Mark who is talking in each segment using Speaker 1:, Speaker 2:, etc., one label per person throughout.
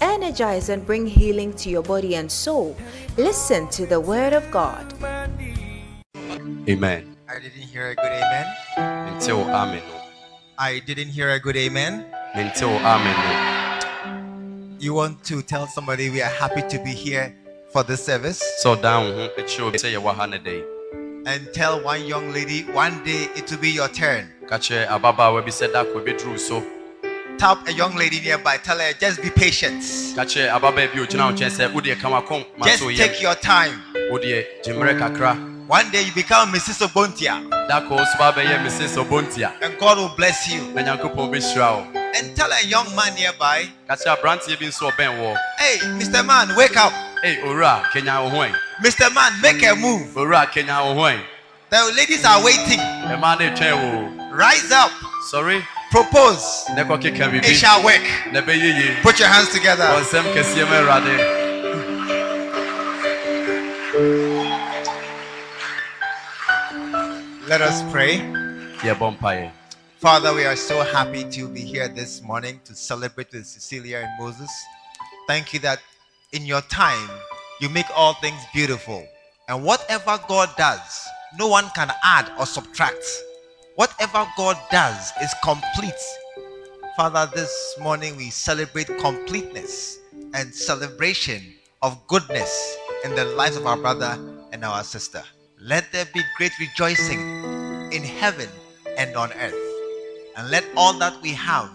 Speaker 1: energize and bring healing to your body and soul. Listen to the Word of God.
Speaker 2: Amen.
Speaker 3: I didn't hear a good amen.
Speaker 2: Mente wo amen o.
Speaker 3: I didn't hear a good amen.
Speaker 2: Mente wo amen
Speaker 3: You want to tell somebody we are happy to be here for this
Speaker 2: o.
Speaker 3: service
Speaker 2: Sɛ ɔdan wo ho akyerɛ obi sɛ yɛwɔ ha nnɛ da yi.
Speaker 3: and tell one young lady one day it will be your turn.
Speaker 2: Ka kyerɛ ababaawa bi sɛ da koro ebɛduru wo so.
Speaker 3: Tap a young lady nearby, tell her just be patient.
Speaker 2: Ka kyerɛ ababaa bi a ogyina wo nkyɛn sɛ wodeɛ ka wakɔn ma
Speaker 3: Just
Speaker 2: so
Speaker 3: take
Speaker 2: woyɛ.
Speaker 3: your time.
Speaker 2: Wodeɛ gye mmerɛ kakra.
Speaker 3: One day you become Mrs. Obontia
Speaker 2: Da koro wo so ba bɛyɛ Mrs. Obontia.
Speaker 3: and God will bless you.
Speaker 2: Na Nyankopɔn bɛhyira wo.
Speaker 3: And tell a young man nearby,
Speaker 2: Ka kyerɛ aberanteɛ bi nso a ɔbɛn wo.
Speaker 3: hey, Mr. Man, wake up.
Speaker 2: Ei, owura, kanya wo ho ɛ.
Speaker 3: Mr. Man, make a move.
Speaker 2: Owura, kanya wo ho ɛ.
Speaker 3: The ladies are waiting.
Speaker 2: Mmaa no retwɛn wo o.
Speaker 3: Rise up,
Speaker 2: Sɔre,
Speaker 3: propose.
Speaker 2: na ɛkɔkeka
Speaker 3: It
Speaker 2: biribi.
Speaker 3: shall work.
Speaker 2: Na ɛbɛyɛ yie.
Speaker 3: Put your hands together.
Speaker 2: Ɔnsɛm kɛseɛ ma Awurade.
Speaker 3: Let us pray.
Speaker 2: Yɛbɔ mpaeɛ.
Speaker 3: Father, we are so happy to be here this morning to celebrate with Cecilia and Moses. Thank you that in your time you make all things beautiful. And whatever God does, no one can add or subtract. Whatever God does is complete. Father, this morning we celebrate completeness and celebration of goodness in the lives of our brother and our sister. Let there be great rejoicing in heaven and on earth and let all that we have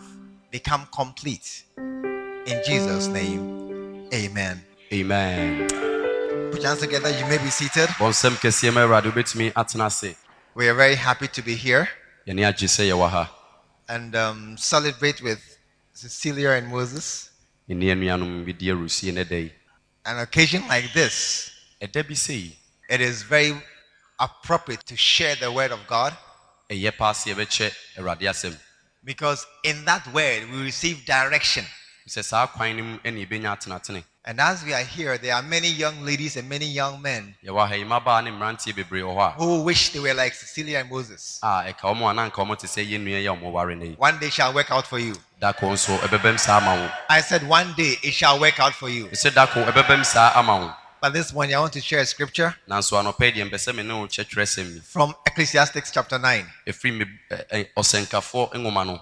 Speaker 3: become complete. In Jesus' name, amen.
Speaker 2: Amen.
Speaker 3: Put your hands together, you may be seated.
Speaker 2: Bɔnsɛm kɛseɛ ma Awurade wobɛtumi atena ase.
Speaker 3: We are very happy to be here
Speaker 2: Yɛne agye sɛ yɛwɔ ha.
Speaker 3: and um, celebrate with Cecilia and Moses.
Speaker 2: Yɛne yɛn nuanom bi di arusie ne da yi.
Speaker 3: An occasion like this,
Speaker 2: Ɛda bi sei,
Speaker 3: it is very appropriate to share the word of God
Speaker 2: ɛyɛ paa sɛ yɛbɛkyɛ Awurade asɛm.
Speaker 3: because in that word we receive direction.
Speaker 2: Sɛ saa kwan no mu ɛne yɛbɛnya atenatene.
Speaker 3: And as we are here, there are many young ladies and many young men
Speaker 2: Yɛwɔ ha yi mmabaa ne mmeranteɛ bebree wɔ hɔ
Speaker 3: who wish they were like Cecilia and Moses.
Speaker 2: a a ɛka wɔn a na anka wɔn te sɛ yɛn nua yɛ wɔn ware no yi.
Speaker 3: One day shall work out for you.
Speaker 2: Da koro nso ɛbɛbɛm saa ama wo.
Speaker 3: I said one day it shall work out for you.
Speaker 2: Ɛsɛ da koro ɛbɛbɛm saa ama wo.
Speaker 3: But this morning I want to share a scripture
Speaker 2: Nanso anɔpɛ deɛ mpɛ sɛ me ne wo kyɛ twerɛsɛm yi.
Speaker 3: from Ecclesiastics chapter 9.
Speaker 2: Ɛfiri me ɛ- ɛ- ɔsɛnkafoɔ nwoma no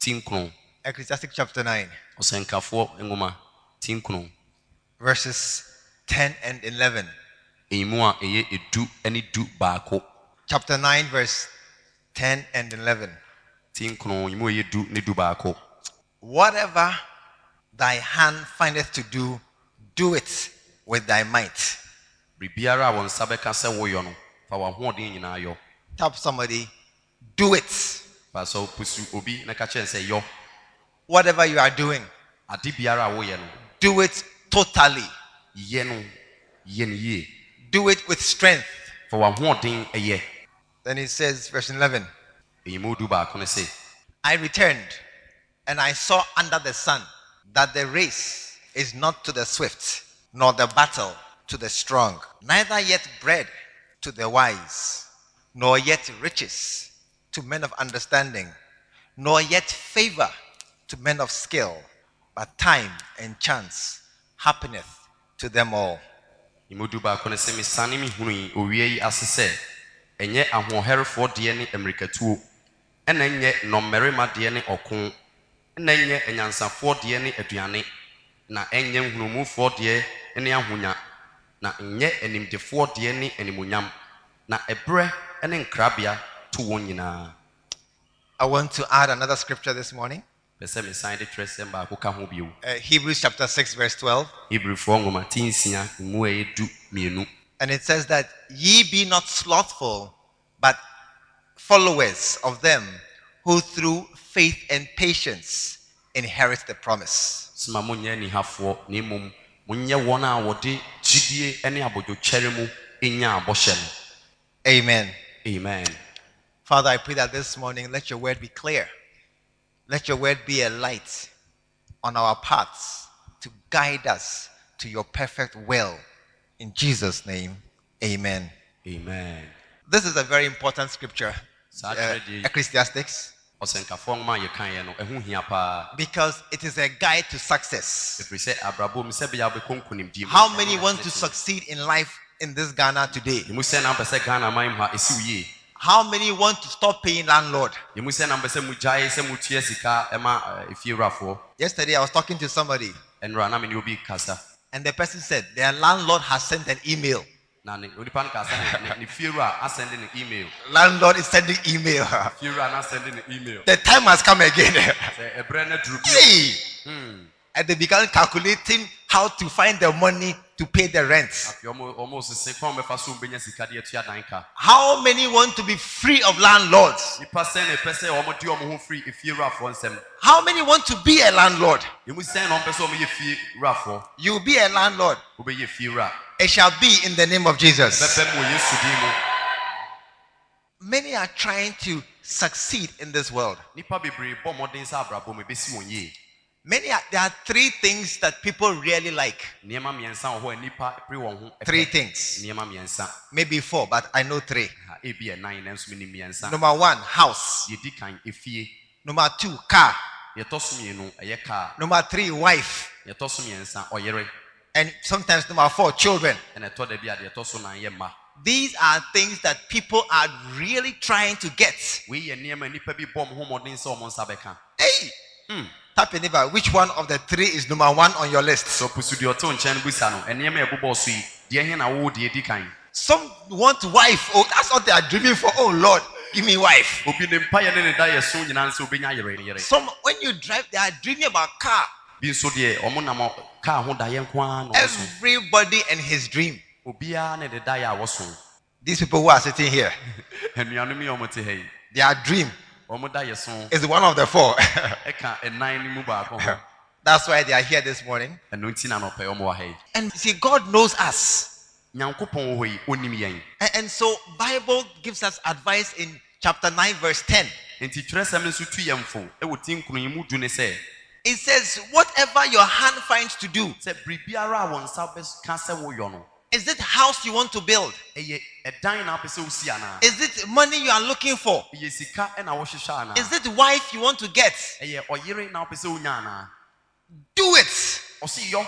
Speaker 2: ti nkron.
Speaker 3: Ecclesiastics chapter 9,
Speaker 2: Ɔsɛnkafoɔ nwoma ti nkron.
Speaker 3: verses 10 and 11.
Speaker 2: ɛmu a ɛyɛ edu ne du baako
Speaker 3: Chapter 9, verse 10 and 11.
Speaker 2: ti nkron ɛmu a ɛyɛ du ne du baako
Speaker 3: Whatever thy hand findeth to do, do it with thy might.
Speaker 2: biribiara a wɔn nsa bɛka sɛ woyɔ no fa wɔn ahoɔden nyinaa yɔ
Speaker 3: Tap somebody, do it.
Speaker 2: fa sɛ pusu obi na ka kyerɛ no sɛ yɔ
Speaker 3: Whatever you are doing,
Speaker 2: ade biara a woyɛ no
Speaker 3: do it totally.
Speaker 2: yɛ no yɛ no yie
Speaker 3: Do it with strength.
Speaker 2: fa wɔn ahoɔden ɛyɛ
Speaker 3: Then it says, verse 11.
Speaker 2: ɛmu du baako no sɛ
Speaker 3: I returned and I saw under the sun that the race is not to the swift, nor the battle to the strong, neither yet bread to the wise, nor yet riches to men of understanding, nor yet favor to men of skill, but time and chance happeneth to them all.
Speaker 2: ɛmu du baako no sɛ mesane mehunui owia yi ase sɛ ɛnyɛ ahoɔherɛfoɔ deɛ ne mmirikatuo ɛna nyɛ nnɔmmarima deɛ ne ɔko ɛna nyɛ anyansafoɔ deɛ ne aduane na ɛnyɛ nhunumufoɔ deɛ ne ahonya na nyɛ animdefoɔ deɛ ne animonyam na ɛberɛ ne nkrabea to wɔn nyinaa
Speaker 3: I want to add another scripture this morning
Speaker 2: pɛ sɛ mesan de twerɛ sɛm baako ka ho bio
Speaker 3: uh, Hebrews chapter 6, verse 12.
Speaker 2: hebrifoɔ nwoma ti nsia mu a ɛyɛ du mmienu
Speaker 3: And it says that ye be not slothful, but followers of them who through faith and patience inherit the promise.
Speaker 2: sima monyɛ anihafoɔ na mmom monyɛ wɔn a wɔde gyidie ne abodwokyɛre mu nyaa bɔhyɛ no
Speaker 3: Amen.
Speaker 2: amen
Speaker 3: Father, I pray that this morning let your word be clear. Let your word be a light on our paths to guide us to your perfect will. In Jesus' name, amen.
Speaker 2: amen
Speaker 3: This is a very important scripture, uh,
Speaker 2: Saa kyerɛ deɛ yi.
Speaker 3: Ecclesiastics,
Speaker 2: ɔsɛnkafoɔ nwoma a yɛkaeɛ no ɛho hia paa
Speaker 3: because it is a guide to success.
Speaker 2: ɛfiri sɛ abrabɔ mu sɛ bɛyɛ wobɛkɔ nkonimdie mu.
Speaker 3: How many want to
Speaker 2: Ɛno
Speaker 3: succeed in life in this Ghana today?
Speaker 2: na ɛsɛ sɛ- Yɛmu sɛ na mpɛ sɛ ghana man mu ha ɛsiw yie
Speaker 3: How many want to stop paying landlord?
Speaker 2: yɛmu sɛ na mpɛ sɛ mogyae sɛ motua sika e eh, ɛma ɛfie wurafoɔ
Speaker 3: Yesterday I was talking to somebody
Speaker 2: ɛnora na mene obi kasa
Speaker 3: and the person said their landlord has sent an email.
Speaker 2: na ne onipa no kasa ne- ne- ne fie wura asɛnde ne email
Speaker 3: Landlord is sending email.
Speaker 2: fie wura no asɛnde ne email
Speaker 3: the time has come again.
Speaker 2: sɛ ɛberɛ no aduru bio
Speaker 3: hey! And they began calculating how to find the money to pay the rent.
Speaker 2: afei ɔmo ɔmo sese kɔn bɛfa so mbɛnya sika de atua dan ka
Speaker 3: How many want to be free of landlords?
Speaker 2: nipa sɛn na ɛpɛ sɛ ɔmo di ɔmo ho firi efie wurafoɔ nsɛm
Speaker 3: How many want to be a landlord?
Speaker 2: yɛmu sɛn na ɔmo pɛ sɛ ɔmo yɛ fie wurafoɔ
Speaker 3: You be a landlord.
Speaker 2: wobɛyɛ fie wura
Speaker 3: It shall be in the name of Jesus.
Speaker 2: bɛbɛ mu wɔ yesu din mu
Speaker 3: Many are trying to succeed in this world.
Speaker 2: nipa bebree bɔ mmɔden sɛ abrabɔ mu ebesi wɔn yie
Speaker 3: Many are, there are three things that people really like.
Speaker 2: nneɛma mmiɛnsa wɔ hɔ a nipa pere wɔn ho ɛpɛ.
Speaker 3: Three things.
Speaker 2: nneɛma mmiɛnsa
Speaker 3: Maybe four, but I know three.
Speaker 2: ha ebi yɛ nan nanso mi ni mmiɛnsa
Speaker 3: Number one, house.
Speaker 2: yɛdi kan efie
Speaker 3: Number two, car.
Speaker 2: yɛtɔ so mmienu ɛyɛ kaa
Speaker 3: Number three, wife.
Speaker 2: yɛtɔ so mmiɛnsa ɔyere
Speaker 3: And sometimes number four, children.
Speaker 2: ɛna ɛtɔ da bi a deɛ ɛtɔ so nan yɛ mma
Speaker 3: These are things that people are really trying to get.
Speaker 2: wei yɛ nneɛma a nipa bi bɔ ɔmo ho mmɔden sɛ ɔmo nsa bɛka
Speaker 3: Hey!
Speaker 2: Hmm.
Speaker 3: Tap your neighbor. Which one of the three is number one on your list?
Speaker 2: sɛ pusu deɛ ɔte wo nkyɛn no bisa no nneɛma a ɛbobɔ so yi deɛ hɛn na wo deɛ di kan
Speaker 3: Some want wife. Oh, that's what they are dreaming for. Oh Lord, give me wife.
Speaker 2: obi ne mpayɛ ne ne da yɛ so nyinaa nso obɛnya yere yere
Speaker 3: Some when you drive, they are dreaming about car.
Speaker 2: bi nso deɛ ɔmo nam ɔ- kaa ho da yɛ nko ara na ɔmo so
Speaker 3: Everybody and his dream.
Speaker 2: obiara ne ne da yɛ a wɔso
Speaker 3: These people who are sitting here,
Speaker 2: anuanom yi a ɔmo te ha yi
Speaker 3: their dream
Speaker 2: ɔmo da yɛ so
Speaker 3: is one of the four.
Speaker 2: ɛka ɛnan no mu baako ho
Speaker 3: that's why they are here this morning.
Speaker 2: ɛno nti na nɔpɛ ɔmo wɔ ha yi
Speaker 3: And you see, God knows us.
Speaker 2: nyankopɔn wɔ hɔ yi onim yɛn
Speaker 3: And, and so Bible gives us advice in chapter 9 verse 10.
Speaker 2: nti twerɛsɛm nso tu yɛn fo ɛwɔ ti nkron yi mu du ne sɛ
Speaker 3: It says whatever your hand finds to do.
Speaker 2: sɛ biribiara a wɔn nsa bɛka sɛ woyɔ no E,
Speaker 3: Is it house you want to build?
Speaker 2: ɛyɛ ɛdan na apɛ sɛ osi anaa
Speaker 3: Is it money you are looking for?
Speaker 2: ɛyɛ E, sika ɛna wɔhyehyɛ anaa
Speaker 3: Is it wife you want to get?
Speaker 2: ɛyɛ ɔyere na wopɛ sɛ wonya anaa
Speaker 3: Do it
Speaker 2: ɔse yɔ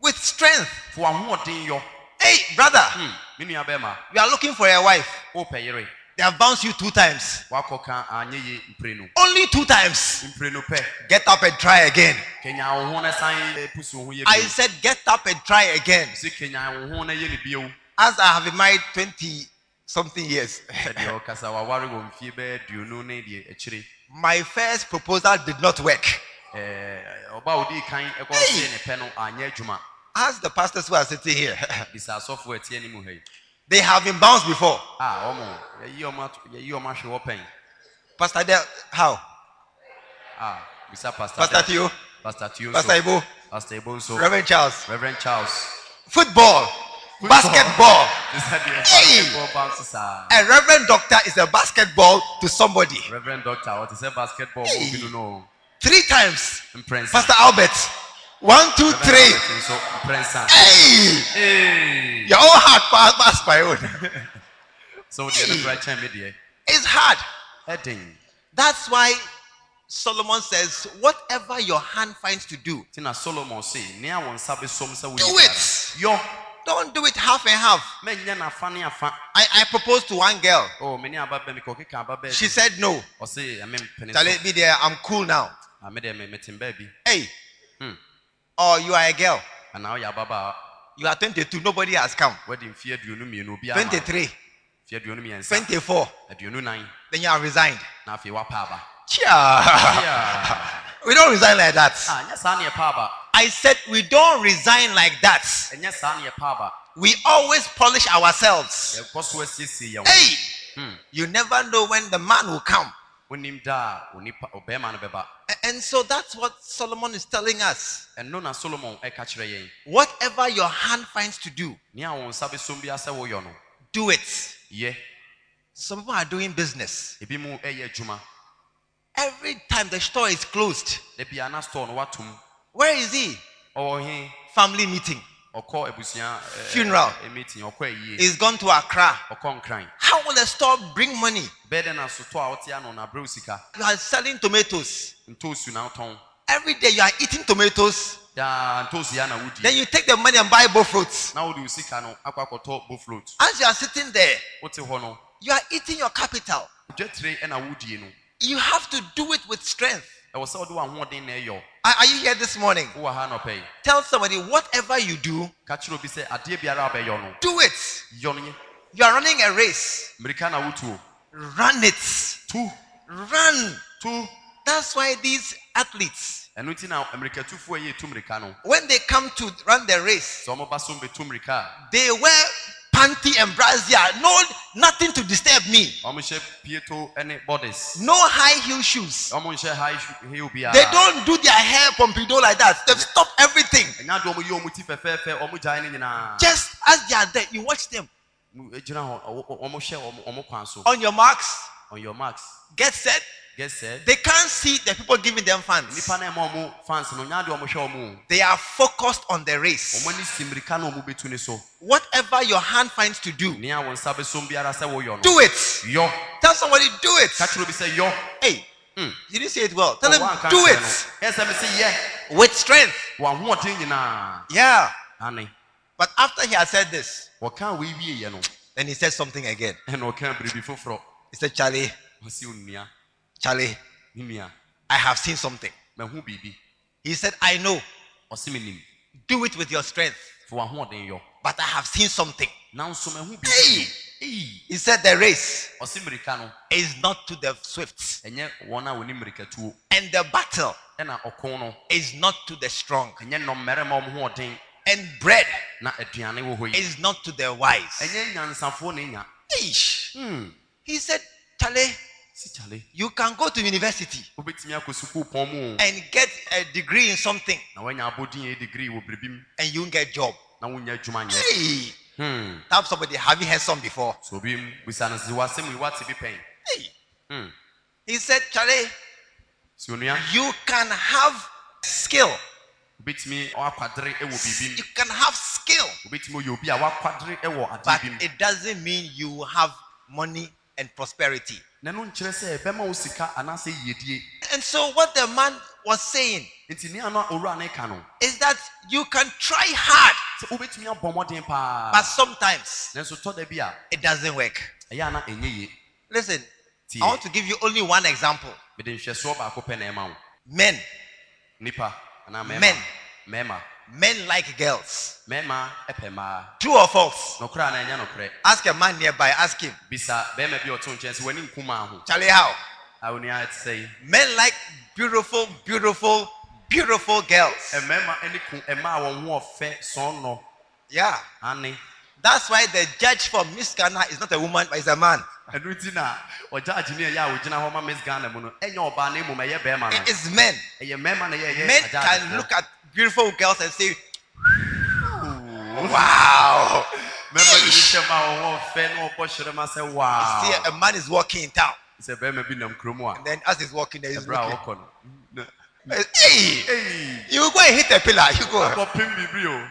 Speaker 3: with strength.
Speaker 2: fo ahoɔden yɔ
Speaker 3: Hey brother,
Speaker 2: Hmm, me nua bɛrima
Speaker 3: you are looking for a wife.
Speaker 2: wopɛ yere
Speaker 3: They have bounced you two times.
Speaker 2: woakɔka anyɛ ye mprenu
Speaker 3: Only two times.
Speaker 2: mprenu pɛ
Speaker 3: Get up and try again.
Speaker 2: kanya wo ho na san eh, pusu wo ho yɛ
Speaker 3: I
Speaker 2: bio
Speaker 3: said get up and try again.
Speaker 2: sɛ kanya wo ho na yɛ ne bio
Speaker 3: As I have been married 20 something years.
Speaker 2: sɛdeɛ ɔkasa waware wɔ mfie bɛɛ duonu ne deɛ akyire
Speaker 3: My first proposal did not work.
Speaker 2: Eh, ɔba a odii kan ɛkɔ see ne pɛ no anyɛ adwuma
Speaker 3: As the pastors who are sitting here,
Speaker 2: bisa asɔfoɔ ɛteɛ ne mu ha yi
Speaker 3: they have been bounced before.
Speaker 2: a ɔmo yɛyi ɔmo ato- yɛyi ɔmo ahwe wɔ pɛn
Speaker 3: Pastor Del, how?
Speaker 2: a bisa pastor
Speaker 3: Pastor
Speaker 2: Del-
Speaker 3: Theo,
Speaker 2: pastor tio
Speaker 3: Pastor
Speaker 2: nso
Speaker 3: Ibo,
Speaker 2: pastor ebo nso
Speaker 3: Reverend Charles.
Speaker 2: reverend charles
Speaker 3: Football, basketball. Hey!
Speaker 2: Hey!
Speaker 3: A Reverend Doctor is a basketball to somebody.
Speaker 2: Reverend Doctor, what is a basketball movie? No, no.
Speaker 3: Three times.
Speaker 2: Imprensa.
Speaker 3: Pastor Albert, one, two, three.
Speaker 2: Reverend Robinson, So, Imprensa.
Speaker 3: Hey!
Speaker 2: Hey!
Speaker 3: Your own heart pa- past my own.
Speaker 2: So, the other right time, media.
Speaker 3: It's hard.
Speaker 2: Heading.
Speaker 3: That's why Solomon says, whatever your hand finds to do,
Speaker 2: Tina Solomon say, near one sabi som sa
Speaker 3: Do it.
Speaker 2: Yo,
Speaker 3: don't do it half and half.
Speaker 2: men yana funny afa.
Speaker 3: I, I proposed to one girl.
Speaker 2: Oh, many ababe me koke ka ababe.
Speaker 3: She said no.
Speaker 2: or say, I mean,
Speaker 3: Charlie,
Speaker 2: penis.
Speaker 3: be there. I'm cool now.
Speaker 2: I made a meeting baby.
Speaker 3: Hey.
Speaker 2: Hmm.
Speaker 3: Oh, you are a girl.
Speaker 2: And now ya baba
Speaker 3: You are 22. Nobody has come.
Speaker 2: wedding fear do you know me no be
Speaker 3: 23,
Speaker 2: Fear do you know me and say, "Eh,
Speaker 3: 24.
Speaker 2: do you know nine?
Speaker 3: Then you are resigned.
Speaker 2: Now, if you are paba.
Speaker 3: Chia.
Speaker 2: Yeah.
Speaker 3: We don't resign like that.
Speaker 2: Ah, nyɛ saa ne yɛ paaba.
Speaker 3: I said we don't resign like that.
Speaker 2: Ɛnyɛ saa ne yɛ paaba.
Speaker 3: We always polish ourselves.
Speaker 2: Yɛkɔ so asiesie yɛn ho.
Speaker 3: Hey.
Speaker 2: Hmm.
Speaker 3: You never know when the man will come.
Speaker 2: onim da a onipa ɔbɛrima no bɛba
Speaker 3: A- And so that's what Solomon is telling us.
Speaker 2: ɛno na solomon ɛka kyerɛ yɛn
Speaker 3: Whatever your hand finds to do,
Speaker 2: nea wo nsa bɛsom biara sɛ woyɔ no
Speaker 3: do it.
Speaker 2: yɛ
Speaker 3: Some people are doing business.
Speaker 2: ebi mu ɛyɛ adwuma
Speaker 3: Every time the store is closed,
Speaker 2: da bia na store no watom
Speaker 3: where is he?
Speaker 2: ɔwɔ he
Speaker 3: Family meeting.
Speaker 2: ɔkɔ abusua eh,
Speaker 3: Funeral.
Speaker 2: eh, meeting ɔkɔ ayie
Speaker 3: He's gone to Accra.
Speaker 2: ɔkɔ nkran
Speaker 3: How will a store bring money?
Speaker 2: bɛɛ dɛ na sotɔ a wote ano na berɛ wo sika
Speaker 3: You are selling tomatoes.
Speaker 2: ntoosu na wotɔn
Speaker 3: Every day you are eating tomatoes.
Speaker 2: daa ntoosu ya na
Speaker 3: Then
Speaker 2: wodie
Speaker 3: you take the money and buy both fruits.
Speaker 2: na wode wo sika no akɔ akɔtɔ boflot
Speaker 3: As you are sitting there,
Speaker 2: wote hɔ no
Speaker 3: you are eating your capital.
Speaker 2: dwatire ɛna wodie no
Speaker 3: You have to do it with strength.
Speaker 2: ɛwɔ sɛ wode wahoɔden na ɛyɔ
Speaker 3: Are, are you here this morning?
Speaker 2: wowɔ ha nɔpɛi
Speaker 3: Tell somebody, whatever you do,
Speaker 2: ka kyerɛ obi sɛ adeɛ biara a wobɛyɔ no
Speaker 3: do it.
Speaker 2: yɔ no yɛ
Speaker 3: You are running a race.
Speaker 2: mmirika na wotuo
Speaker 3: Run it.
Speaker 2: tu
Speaker 3: Run.
Speaker 2: tu
Speaker 3: That's why these athletes,
Speaker 2: ɛno nti na mmirikatufoɔ yɛ tu mmirika no
Speaker 3: when they come to run their race,
Speaker 2: sɛ ɔmɔba so mbɛtu mmirika a
Speaker 3: they wear panty and brassiere. No, nothing to disturb me.
Speaker 2: ɔmhyɛ pieto ne bodies
Speaker 3: No high heel shoes.
Speaker 2: ɔmonhyɛ high sh- heel biara
Speaker 3: They don't do their hair pompadour like that. They've stopped everything.
Speaker 2: ɛnya de ɔmyɛ ɔmu ti fɛfɛɛfɛ ɔmo gyae no nyinaa
Speaker 3: Just as they are there, you watch them
Speaker 2: Mu- ɛgyina hɔ ɔmo- ɔmo- ɔmohyɛ ɔmo- ɔmo kwan so
Speaker 3: on your marks.
Speaker 2: on your marks
Speaker 3: Get set.
Speaker 2: get set
Speaker 3: They can't see the people giving them fans.
Speaker 2: nipa na ɛma ɔmo fans no nya de ɔmohwɛ ɔmo o.
Speaker 3: They are focused on the race.
Speaker 2: ɔmo ani si mmirika na ɔmo bɛtu ne so
Speaker 3: Whatever your hand finds to do,
Speaker 2: nea wo nsa bɛsom biara sɛ woyɔ no
Speaker 3: do it.
Speaker 2: yɔ
Speaker 3: Tell somebody, do
Speaker 2: ka
Speaker 3: it.
Speaker 2: kyerɛ obi sɛ yɔ
Speaker 3: Hey, hmm,
Speaker 2: Mm.
Speaker 3: you didn't say it well. Tell them,
Speaker 2: Ɔwɔ anka
Speaker 3: do
Speaker 2: kyerɛ
Speaker 3: it
Speaker 2: no, ɛsɛ me sɛ yɛ
Speaker 3: with strength.
Speaker 2: wɔahoɔden nyinaa
Speaker 3: Yeah.
Speaker 2: ane
Speaker 3: But after he had said this,
Speaker 2: wɔka wɔiwieɛ no
Speaker 3: then he said something again.
Speaker 2: ɛna ɔka biribi foforɔ
Speaker 3: He said, Charlie,
Speaker 2: ɔsi onua
Speaker 3: Charlie,
Speaker 2: ne nua
Speaker 3: I have seen something.
Speaker 2: mahu biribi
Speaker 3: He said, I know.
Speaker 2: ɔsi me nim
Speaker 3: Do it with your strength.
Speaker 2: fo wahoɔden yɔ
Speaker 3: but I have seen something.
Speaker 2: nanso mahu
Speaker 3: Hey!
Speaker 2: biribi ei
Speaker 3: He said, The race
Speaker 2: ɔsi mmirika no
Speaker 3: is not to the swift,
Speaker 2: ɛnyɛ wɔn a wɔni mmirikatuo
Speaker 3: and the battle
Speaker 2: ɛna ɔko no
Speaker 3: is not to the strong,
Speaker 2: ɛnyɛ nnɔmmarima a wɔn ho ɔden
Speaker 3: and bread
Speaker 2: na aduane wɔ hɔ yi
Speaker 3: is not to the wise.
Speaker 2: ɛnyɛ nyansafoɔ na enya
Speaker 3: Eesh.
Speaker 2: hmm
Speaker 3: He said, Charlie,
Speaker 2: sikyale
Speaker 3: you can go to university
Speaker 2: wobɛtumi akɔ sukuu pɔn mu o
Speaker 3: and get a degree in something,
Speaker 2: na wɔanya abɔden yɛ degree wɔ biribi mu
Speaker 3: and you won't get job.
Speaker 2: na wɔnya adwuma nyɛ
Speaker 3: Hey,
Speaker 2: hmm
Speaker 3: tap somebody. Have you heard some before?
Speaker 2: so obi m bisa no sɛ wasɛm yi wate bi pɛn
Speaker 3: Hey.
Speaker 2: hmm
Speaker 3: He said, Charlie,
Speaker 2: si onua
Speaker 3: you can have skill.
Speaker 2: wobɛtumi akwadere wɔ biribi
Speaker 3: You
Speaker 2: mu
Speaker 3: can have skill,
Speaker 2: wobɛtumi yɛ obi a wakwadere wɔ adeɛ
Speaker 3: but
Speaker 2: bi mu
Speaker 3: it doesn't mean you have money and prosperity.
Speaker 2: n'ano nkyerɛ sɛ bɛma wo sika anaasɛ yiedie
Speaker 3: And so, what the man was saying
Speaker 2: nti nea na owura ne ka no
Speaker 3: is that you can try hard,
Speaker 2: sɛ wobɛtumi abɔ mmɔden
Speaker 3: but
Speaker 2: paa
Speaker 3: sometimes
Speaker 2: nanso tɔ da bi a
Speaker 3: it doesn't work.
Speaker 2: ɛyɛ a na ɛnyɛ ye
Speaker 3: Listen,
Speaker 2: Tie.
Speaker 3: I want to give you only one example
Speaker 2: mede nhwɛsoɔ baako pɛ na ɛma wo
Speaker 3: men.
Speaker 2: nipa anaa mɛma
Speaker 3: Men.
Speaker 2: mɛma
Speaker 3: Men like girls.
Speaker 2: mɛma ɛpɛ mmaa
Speaker 3: True or false?
Speaker 2: nɔkorɛ a na ɛnyɛ nokorɛ
Speaker 3: Ask a man nearby, ask him,
Speaker 2: bisa bɛrima bi a ɔto nkyɛn sɛ w'ani nku maa ho
Speaker 3: Charlie, how?
Speaker 2: a onua ɛte sɛ yi
Speaker 3: Men like beautiful, beautiful, beautiful girls.
Speaker 2: mmarima ani ku mmaa a wɔn ho ɔfɛ sɔnnɔ
Speaker 3: Yeah.
Speaker 2: ane
Speaker 3: That's why the judge for Miss Ghana is not a woman, but is a man.
Speaker 2: ɛno nti na ɔgyaagye ne ɛyɛ a wɔgyina hɔ ma miss ghana mu no ɛnyɛ ɔbaa na mmom ɛyɛ bɛrima
Speaker 3: It
Speaker 2: no
Speaker 3: is men.
Speaker 2: ɛyɛ mmarima na yɛyɛ
Speaker 3: Men can look at beautiful girls and say,
Speaker 2: at
Speaker 3: wow.
Speaker 2: mmarima bi hyɛ mu a wɔwɔ fɛ na wɔbɔ hyerɛ ma sɛ
Speaker 3: See,
Speaker 2: waa
Speaker 3: a man is walking in town,
Speaker 2: sɛ bɛrima bi nam kurom a
Speaker 3: and then as he's walking there, he's
Speaker 2: ɛberɛ a
Speaker 3: looking. Eh,
Speaker 2: wɔkɔ no na-
Speaker 3: Hey,
Speaker 2: Ei,
Speaker 3: you go and hit a pillar. You go.
Speaker 2: akɔpem bibiri o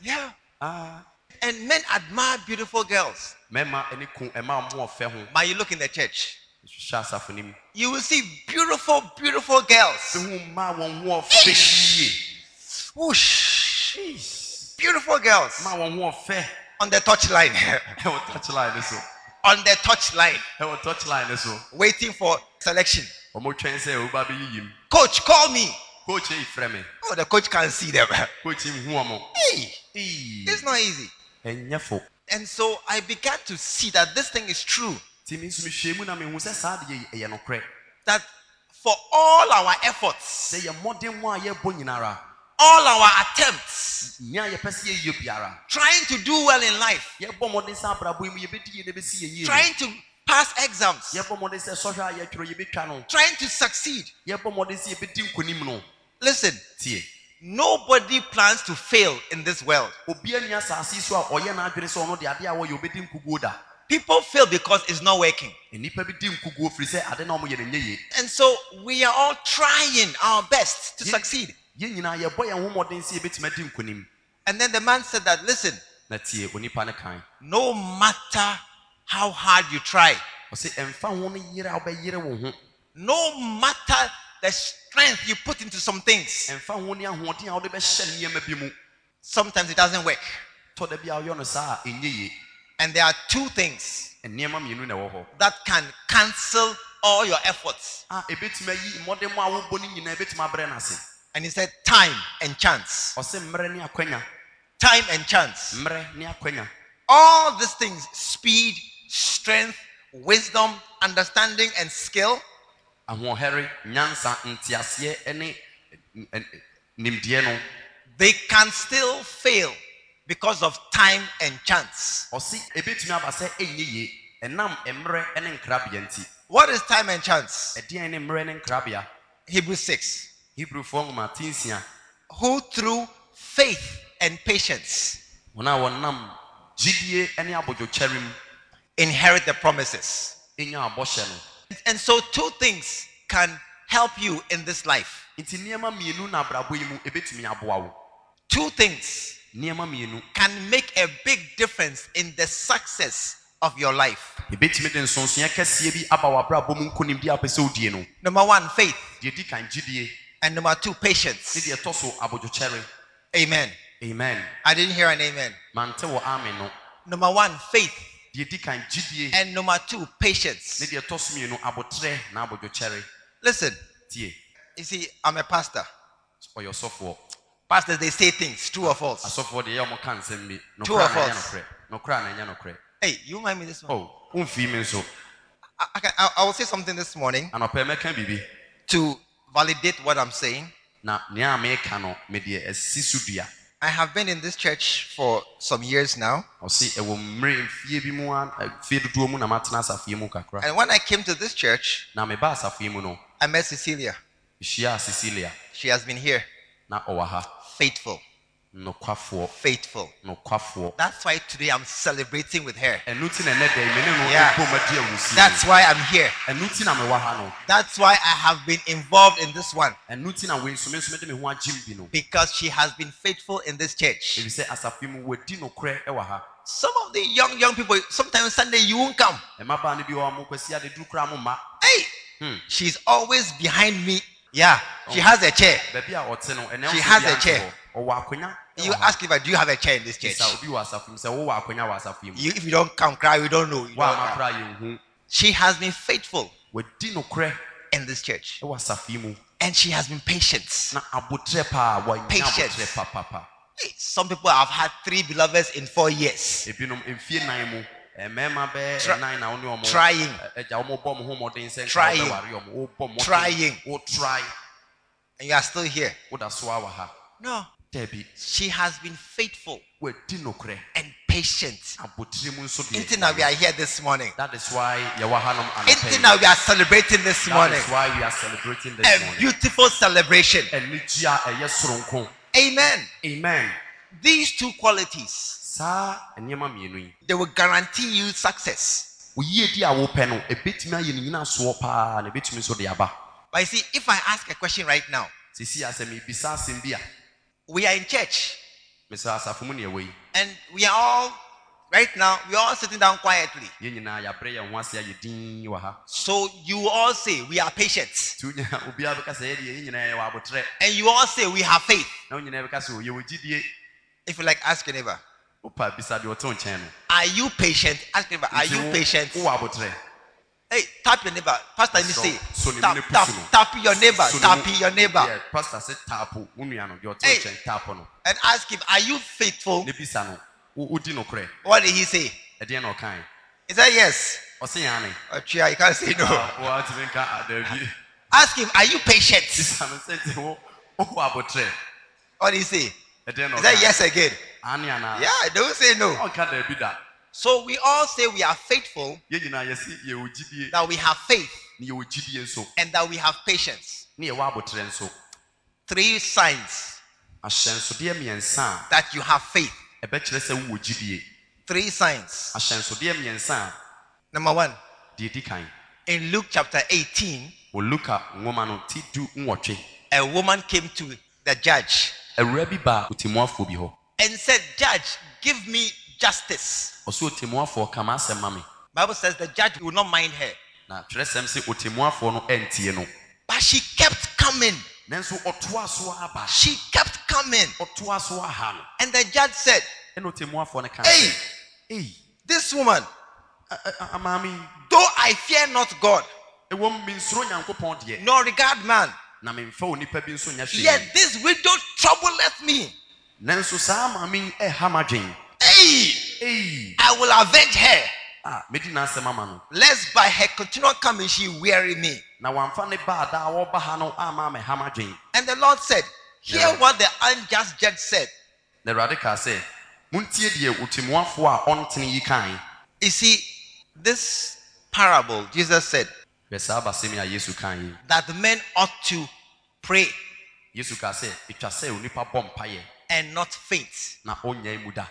Speaker 3: Yeah.
Speaker 2: Ah,
Speaker 3: And men admire beautiful girls.
Speaker 2: mmarima ani ku mmaa mo ɔfɛ ho
Speaker 3: But you look in the church,
Speaker 2: hwehwɛ asafo no mu
Speaker 3: you will see beautiful, beautiful girls.
Speaker 2: mehu mmaa wɔn ho ɔfɛ yie
Speaker 3: Whoosh. Beautiful girls
Speaker 2: mmaa wɔn ho ɔfɛ
Speaker 3: on the touchline,
Speaker 2: ɛwɔ touch line no so
Speaker 3: on the touchline,
Speaker 2: ɛwɔ touch line no so
Speaker 3: waiting for selection.
Speaker 2: ɔmotwɛn sɛ owuba bɛyiyi m
Speaker 3: Coach, call me.
Speaker 2: coach yi frɛ me
Speaker 3: Oh, the coach can't see them.
Speaker 2: coach yi hu ɔmo
Speaker 3: Hey,
Speaker 2: Ei,
Speaker 3: it's not easy.
Speaker 2: ɛnyɛ fo
Speaker 3: And so I began to see that this thing is true.
Speaker 2: nti me nso mehwɛ mu na mehu sɛ saa adeɛ yi ɛyɛ nokorɛ
Speaker 3: That for all our efforts,
Speaker 2: sɛ yɛ mmɔden mu a yɛbɔ nyinara
Speaker 3: all our attempts,
Speaker 2: nea yɛpɛ sɛ yɛyɛ biara
Speaker 3: trying to do well in life,
Speaker 2: yɛbɔ mmɔden sɛ abrabɔ yi mu yɛbɛdi yie na ɛbɛsi yɛ yie no,
Speaker 3: trying to pass exams,
Speaker 2: yɛbɔ mmɔden sɛ sɔhwɛ a yɛtwerɛ yɛbɛtwa no
Speaker 3: trying to succeed.
Speaker 2: yɛbɔ mmɔden sɛ yɛbɛdi nkonim no
Speaker 3: Listen,
Speaker 2: tie
Speaker 3: nobody plans to fail in this world.
Speaker 2: obia nni asase yi so a ɔyɛ n'adwene sɛ ɔno de adeɛ a wɔyɛ obɛdi nkoguo da
Speaker 3: People fail because it's not working.
Speaker 2: nnipa bi di nkoguo firi sɛ ade na ɔmoyɛ no nyɛ yie
Speaker 3: And so we are all trying our best to
Speaker 2: Ye-
Speaker 3: succeed.
Speaker 2: yɛn nyinaa yɛbɔ yɛn ho mmɔden sɛ yɛbɛtumi adi nkonim
Speaker 3: And then the man said that, listen,
Speaker 2: na tie onipa ne kan
Speaker 3: no matter how hard you try,
Speaker 2: ɔsɛ ɛmfa ho no yere a wobɛyere wo ho
Speaker 3: no matter the strength you put into some things,
Speaker 2: ɛmfa ho ne ahoɔden a wode bɛhyɛ nneɛma bi mu
Speaker 3: sometimes it doesn't work.
Speaker 2: tɔ da bi a woyɛ no saa a ɛnyɛ yie
Speaker 3: And there are two things
Speaker 2: nneɛma mmienu na ɛwɔ hɔ
Speaker 3: that can cancel all your efforts.
Speaker 2: a ɛbɛtumi ayi mmɔden mu a wobɔ no nyinaa ɛbɛtumi abrɛ no ase
Speaker 3: And he said, time and chance.
Speaker 2: ɔsɛ mmerɛ ne akwanya
Speaker 3: Time and chance.
Speaker 2: mmerɛ ne akwanya
Speaker 3: All these things speed, strength, wisdom, understanding, and skill
Speaker 2: ahoɔhɛre nyansa nteaseɛ ne n- n- nimdeɛ no
Speaker 3: they can still fail because of time and chance.
Speaker 2: ɔse ɛbɛtumi aba sɛ ɛnyɛ yie ɛnam mmerɛ ne nkrabea nti
Speaker 3: What is time and chance?
Speaker 2: ɛdeɛn ne mmerɛ ne nkrabea
Speaker 3: Hebrews 6.
Speaker 2: hebrifoɔ nwoma tinsia
Speaker 3: Who through faith and patience
Speaker 2: wɔn a wɔnam gyidie ne abodwokyɛre mu
Speaker 3: inherit the promises.
Speaker 2: ɛnya abɔhyɛ no
Speaker 3: And so, two things can help you in this life.
Speaker 2: nti nneɛma mmienu na abrabɔ yi mu ɛbɛtumi aboa wo
Speaker 3: Two things
Speaker 2: nneɛma mmienu
Speaker 3: can make a big difference in the success of your life.
Speaker 2: ɛbɛtumi de nsonsoɛ kɛseɛ bi aba wɔ abrabɔ mu nkonimdi a apɛ sɛ wodie no
Speaker 3: Number one, faith.
Speaker 2: deɛ di kan gyidie
Speaker 3: And number two,
Speaker 2: ne
Speaker 3: patience.
Speaker 2: deɛ ɛtɔ so abodwokyɛre
Speaker 3: Amen.
Speaker 2: amen
Speaker 3: I didn't hear an amen.
Speaker 2: mante wɔ amen no
Speaker 3: Number one, faith.
Speaker 2: deɛ di kan gyidie
Speaker 3: And number two, patience.
Speaker 2: ne deɛ ɛtɔ so mmienu abotrɛ na abodwokyɛre
Speaker 3: Listen,
Speaker 2: tie
Speaker 3: you see, I'm a pastor.
Speaker 2: ɔyɛ ɔsɔfoɔ
Speaker 3: Pastors, they say things, true or false.
Speaker 2: asɔfoɔ deɛ yɛ ɔmo ka nsɛm bi
Speaker 3: Two
Speaker 2: nokorɛ
Speaker 3: of
Speaker 2: na ɛnyɛ
Speaker 3: us.
Speaker 2: nokorɛ nokorɛ na ɛnyɛ nokorɛ
Speaker 3: Hey, you mind me this one?
Speaker 2: o womfii mi nso
Speaker 3: I, I, can- I, I will say something this morning
Speaker 2: anɔpɛ mɛka biribi
Speaker 3: to validate what I'm saying.
Speaker 2: na nea a meka no medeɛ asi so dua
Speaker 3: I have been in this church for some years now.
Speaker 2: ɔse ɛwɔ mmerɛ mfie bi mu a ɛ- fie dodoɔ mu na matena asafie mu kakra
Speaker 3: And when I came to this church,
Speaker 2: na meba asafie mu no
Speaker 3: I met Cecilia.
Speaker 2: hyiaa cecilia
Speaker 3: She has been here.
Speaker 2: na ɔwɔ ha
Speaker 3: Faithful,
Speaker 2: nokwafoɔ
Speaker 3: faithful.
Speaker 2: nokwafoɔ
Speaker 3: That's why today I'm celebrating with her.
Speaker 2: ɛno ti na ɛnɛ dɛn mene no
Speaker 3: Yeah.
Speaker 2: ɛbom adi awusi
Speaker 3: That's why I'm here.
Speaker 2: ɛno ti na mewɔ ha no
Speaker 3: That's why I have been involved in this one
Speaker 2: ɛno ti na wensomensome de me ho agyem bi no
Speaker 3: because she has been faithful in this church.
Speaker 2: ɛfiri sɛ asafie mu wɔadi nokorɛ ɛwɔ ha
Speaker 3: Some of the young, young people, sometimes Sunday you won't come.
Speaker 2: mmabaa no bi wɔ a mokwasi ade duru koraa mo mma
Speaker 3: Hey,
Speaker 2: Hmm.
Speaker 3: she's always behind me. Yeah, she has a chair.
Speaker 2: baabi a ɔte no ɛnɛ
Speaker 3: She
Speaker 2: ɔso
Speaker 3: has
Speaker 2: bi
Speaker 3: a
Speaker 2: ante
Speaker 3: chair.
Speaker 2: hɔ. ɔwɔ akonnwa
Speaker 3: You ask if I do you have a chair in this church.
Speaker 2: sa obi wɔ asafie mu sɛ wowɔ akonnwa wɔ asafie mu
Speaker 3: You, if you don't come, cry. We don't know. You
Speaker 2: woa
Speaker 3: don't know.
Speaker 2: mapra yɛnhu
Speaker 3: She has been faithful
Speaker 2: wɔadi nokorɛ
Speaker 3: in this church,
Speaker 2: ɛwɔ asafie mu
Speaker 3: and she has been patient.
Speaker 2: na abotrɛ paa wanya
Speaker 3: Patience.
Speaker 2: abotrɛ papapa
Speaker 3: Hey, Some people have had three beloveds in four years.
Speaker 2: ebinom mfie nan mu eh, mmarima bɛɛ
Speaker 3: Try-
Speaker 2: nan na wo ne ɔmo
Speaker 3: trying.
Speaker 2: eh, agya wɔn bɔ mo ho mmɔden sɛ
Speaker 3: Trying.
Speaker 2: ware ɔmo wobɔ mmɔden
Speaker 3: Trying.
Speaker 2: wo try
Speaker 3: And you are still here.
Speaker 2: woda so awa ha
Speaker 3: No,
Speaker 2: daabi
Speaker 3: she has been faithful
Speaker 2: woadi nokorɛ
Speaker 3: and patient.
Speaker 2: abotire mu nso deɛ
Speaker 3: Until now, we are here this morning.
Speaker 2: that is why yɛwɔ hanom anɔpa yi.
Speaker 3: Until now, we are celebrating this
Speaker 2: that
Speaker 3: morning.
Speaker 2: is why we are celebrating this
Speaker 3: A
Speaker 2: morning
Speaker 3: beautiful celebration.
Speaker 2: anigye a ɛyɛ soronko
Speaker 3: Amen.
Speaker 2: amen
Speaker 3: These two qualities
Speaker 2: saa nneɛma mmienu yi
Speaker 3: they will guarantee you success.
Speaker 2: oyie di a wopɛ no ebetumi ayɛ ne nyina soɔ paa na ebetumi nso de aba
Speaker 3: But you see, if I ask a question right now,
Speaker 2: sisi asɛm ebisa asɛm bi a
Speaker 3: we are in church
Speaker 2: mesɛ asafo mu ne ɛwɔ yi
Speaker 3: and we are all right now, we're all sitting down quietly.
Speaker 2: yɛn nyinaa yɛabrɛ yɛn ho ase ayɛ din wɔ ha
Speaker 3: So you all say we are patient.
Speaker 2: nti wonya obiara bɛka sɛ yɛdeɛ yɛn nyinaa yɛwɔ abotrɛ
Speaker 3: And you all say we have faith.
Speaker 2: na wo nyinaa bɛka sɛ "Oh, yɛwɔ gyidie
Speaker 3: If you like ask your neighbor,
Speaker 2: wopa bisa deɛ ɔte wo nkyɛn no
Speaker 3: are you patient? Ask your neighbor, are
Speaker 2: Nti oh,
Speaker 3: you
Speaker 2: wo-
Speaker 3: patient?
Speaker 2: wowɔ abotrɛ
Speaker 3: Hey, tap your neighbor. Pastor, let me
Speaker 2: So-
Speaker 3: say,
Speaker 2: so ne mu
Speaker 3: tap,
Speaker 2: ne
Speaker 3: tap,
Speaker 2: pusu no.
Speaker 3: tap your neighbor,
Speaker 2: So ne
Speaker 3: tap
Speaker 2: mu-
Speaker 3: your neighbor.
Speaker 2: Yeah, pastor sɛ taapo wo nua no deɛ ɔte wo
Speaker 3: Hey.
Speaker 2: nkyɛn taapo no
Speaker 3: And ask him, are you faithful?
Speaker 2: ne bisa no E wo- wodi nokorɛ
Speaker 3: What did he say?
Speaker 2: ɛdeɛ na ɔkae
Speaker 3: He said, yes.
Speaker 2: ɔse yɛn ane
Speaker 3: Or you can't say
Speaker 2: Ah.
Speaker 3: no.
Speaker 2: woatumi nka adaabi
Speaker 3: Ask him, are you patient?
Speaker 2: bisa no sɛ nti wo E wowɔ abotrɛ
Speaker 3: What do you say? Is
Speaker 2: ɛdeɛ na
Speaker 3: that
Speaker 2: ɔkae
Speaker 3: yes again?
Speaker 2: ane anaa
Speaker 3: Yeah, don't say no.
Speaker 2: ɔnka daabi da
Speaker 3: So we all say we are faithful,
Speaker 2: yɛn nyinaa yɛsi yɛwɔ gyidie
Speaker 3: that we have faith,
Speaker 2: ne yɛwɔ gyidie nso
Speaker 3: and that we have patience.
Speaker 2: ne yɛwɔ abotire nso
Speaker 3: Three signs
Speaker 2: ahyɛnsodeɛ mmiɛnsa
Speaker 3: that you have faith.
Speaker 2: a ɛbɛkyerɛ sɛ wowɔ gyidie
Speaker 3: Three signs.
Speaker 2: ahyɛnsodeɛ mmiɛnsa a
Speaker 3: Number one,
Speaker 2: deɛ di kan
Speaker 3: in Luke chapter 18,
Speaker 2: wɔ luka nwoma no ti du nwɔtwe
Speaker 3: a woman came to the judge
Speaker 2: awura bi baa otemuafoɔ bi hɔ
Speaker 3: and said, Judge, give me justice.
Speaker 2: ɔsɛ otemuafoɔ ka m'asɛm ma me
Speaker 3: Bible says the judge will not mind her.
Speaker 2: na twerɛsɛm sɛ otemuafoɔ no ɛntie no
Speaker 3: But she kept coming.
Speaker 2: nanso ɔtoa so aba
Speaker 3: She kept coming.
Speaker 2: ɔtoa so aha no
Speaker 3: And the judge said,
Speaker 2: ɛna otemuafoɔ no ka
Speaker 3: Hey!
Speaker 2: sɛ ei
Speaker 3: This woman,
Speaker 2: amaame yi
Speaker 3: though I fear not God,
Speaker 2: ɛwɔ m mensuro nyankopɔn deɛ
Speaker 3: nor regard man,
Speaker 2: na memfa onipa bi nso nyɛ
Speaker 3: yet
Speaker 2: hwee
Speaker 3: this widow troubleth me.
Speaker 2: nanso saa amaame yi ɛha m'adwen
Speaker 3: Hey,
Speaker 2: ei
Speaker 3: I will avenge her,
Speaker 2: a medi n'asɛm ama no
Speaker 3: lest by her continual coming she weary me.
Speaker 2: na wamfa ne baa daa wɔba ha no ama mɛha m'adwen
Speaker 3: And the Lord said, Hear
Speaker 2: Yeah.
Speaker 3: what the unjust judge said.
Speaker 2: na awurade kaa sɛ montie deɛ otemuafoɔ a ɔntene yi kan
Speaker 3: You see, this parable, Jesus said
Speaker 2: hwɛ saa basɛm yi a yesu kan yi
Speaker 3: that the men ought to pray
Speaker 2: yesu kaa sɛ etwa sɛ onipa bɔ mpayɛ
Speaker 3: and not faint.
Speaker 2: na ɔnyae mu da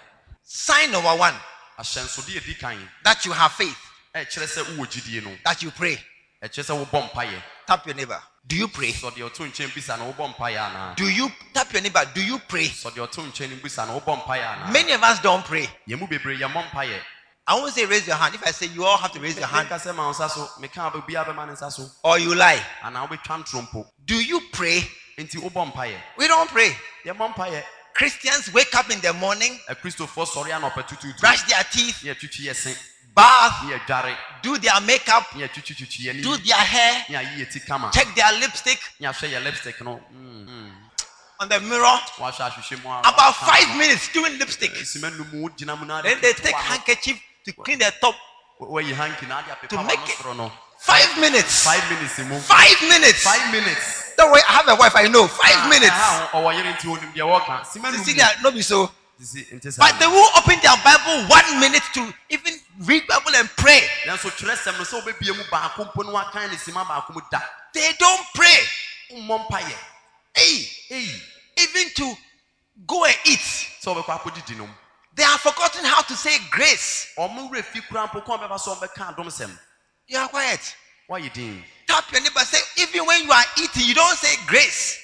Speaker 3: Sign number one
Speaker 2: ahyɛnsodeɛ di kan
Speaker 3: that you have faith,
Speaker 2: ɛkyerɛ sɛ wowɔ gyidie no
Speaker 3: that you pray.
Speaker 2: ɛkyerɛ sɛ wobɔ mpayɛ
Speaker 3: Tap your neighbor. Do you pray?
Speaker 2: sɛ deɛ ɔto nkyɛn bisa na wobɔ mpayɛ anaa
Speaker 3: Do you tap your neighbor? Do you pray?
Speaker 2: sɛ deɛ ɔto nkyɛn no bisa na wobɔ mpayɛ anaa
Speaker 3: Many of us don't pray.
Speaker 2: yɛn mu bebree yɛmmɔ mpayɛ
Speaker 3: I won't say raise your hand. If I say you all have to raise your hand
Speaker 2: meka sɛ ma wo nsa so meka obiaa bɛma ne nsa so
Speaker 3: or you lie,
Speaker 2: anaa wobɛtwa ntorompo
Speaker 3: do you pray?
Speaker 2: enti wobɔ mpayɛ
Speaker 3: We don't pray.
Speaker 2: yɛmmɔ mpayɛ
Speaker 3: Christians wake up in the morning,
Speaker 2: akristofoɔ sɔre ana ɔpɛtututu
Speaker 3: brush their teeth,
Speaker 2: ne yɛtwitwi yɛ se
Speaker 3: bath,
Speaker 2: ne yɛdware
Speaker 3: do their makeup,
Speaker 2: ne yɛtwitwitwitwi yɛ
Speaker 3: do
Speaker 2: ne
Speaker 3: their hair,
Speaker 2: ayi yɛ ti kama
Speaker 3: check their lipstick
Speaker 2: ne ahwɛ yɛ lipstick no mm, mm,
Speaker 3: on the mirror.
Speaker 2: wahwɛ ahwehwɛ mu a-
Speaker 3: About five minutes doing lipstick.
Speaker 2: sima num wogyina mu na
Speaker 3: Then they take handkerchief to clean their top.
Speaker 2: wayi hanki na ade apepa
Speaker 3: To
Speaker 2: wa no
Speaker 3: make it-
Speaker 2: soro no
Speaker 3: Five minutes.
Speaker 2: five minutes mu
Speaker 3: Five minutes.
Speaker 2: five minutes
Speaker 3: Don't worry, I have a wife, I know. Five minutes.
Speaker 2: Ah, ah, ɔwɔ yere nti onim deɛ wɔka sima num
Speaker 3: Cecilia, no be so.
Speaker 2: sisi nti saa
Speaker 3: But they will open their Bible one minute to even read Bible and pray.
Speaker 2: nanso twerɛsɛm no sɛ wobɛbie mu baako mpo no wakan ne sima baako mu da
Speaker 3: They don't pray.
Speaker 2: mmɔ mpayɛ
Speaker 3: Hey,
Speaker 2: ei
Speaker 3: even to go and eat.
Speaker 2: sɛ wobɛkɔ akɔdidi nom
Speaker 3: They have forgotten how to say grace.
Speaker 2: ɔmo werɛ fi kora mpo kɔn bɛba sɛ ɔmbɛka adomsɛm
Speaker 3: You are quiet.
Speaker 2: wayɛ din
Speaker 3: Tap your neighbor. Say, even when you are eating, you don't say grace.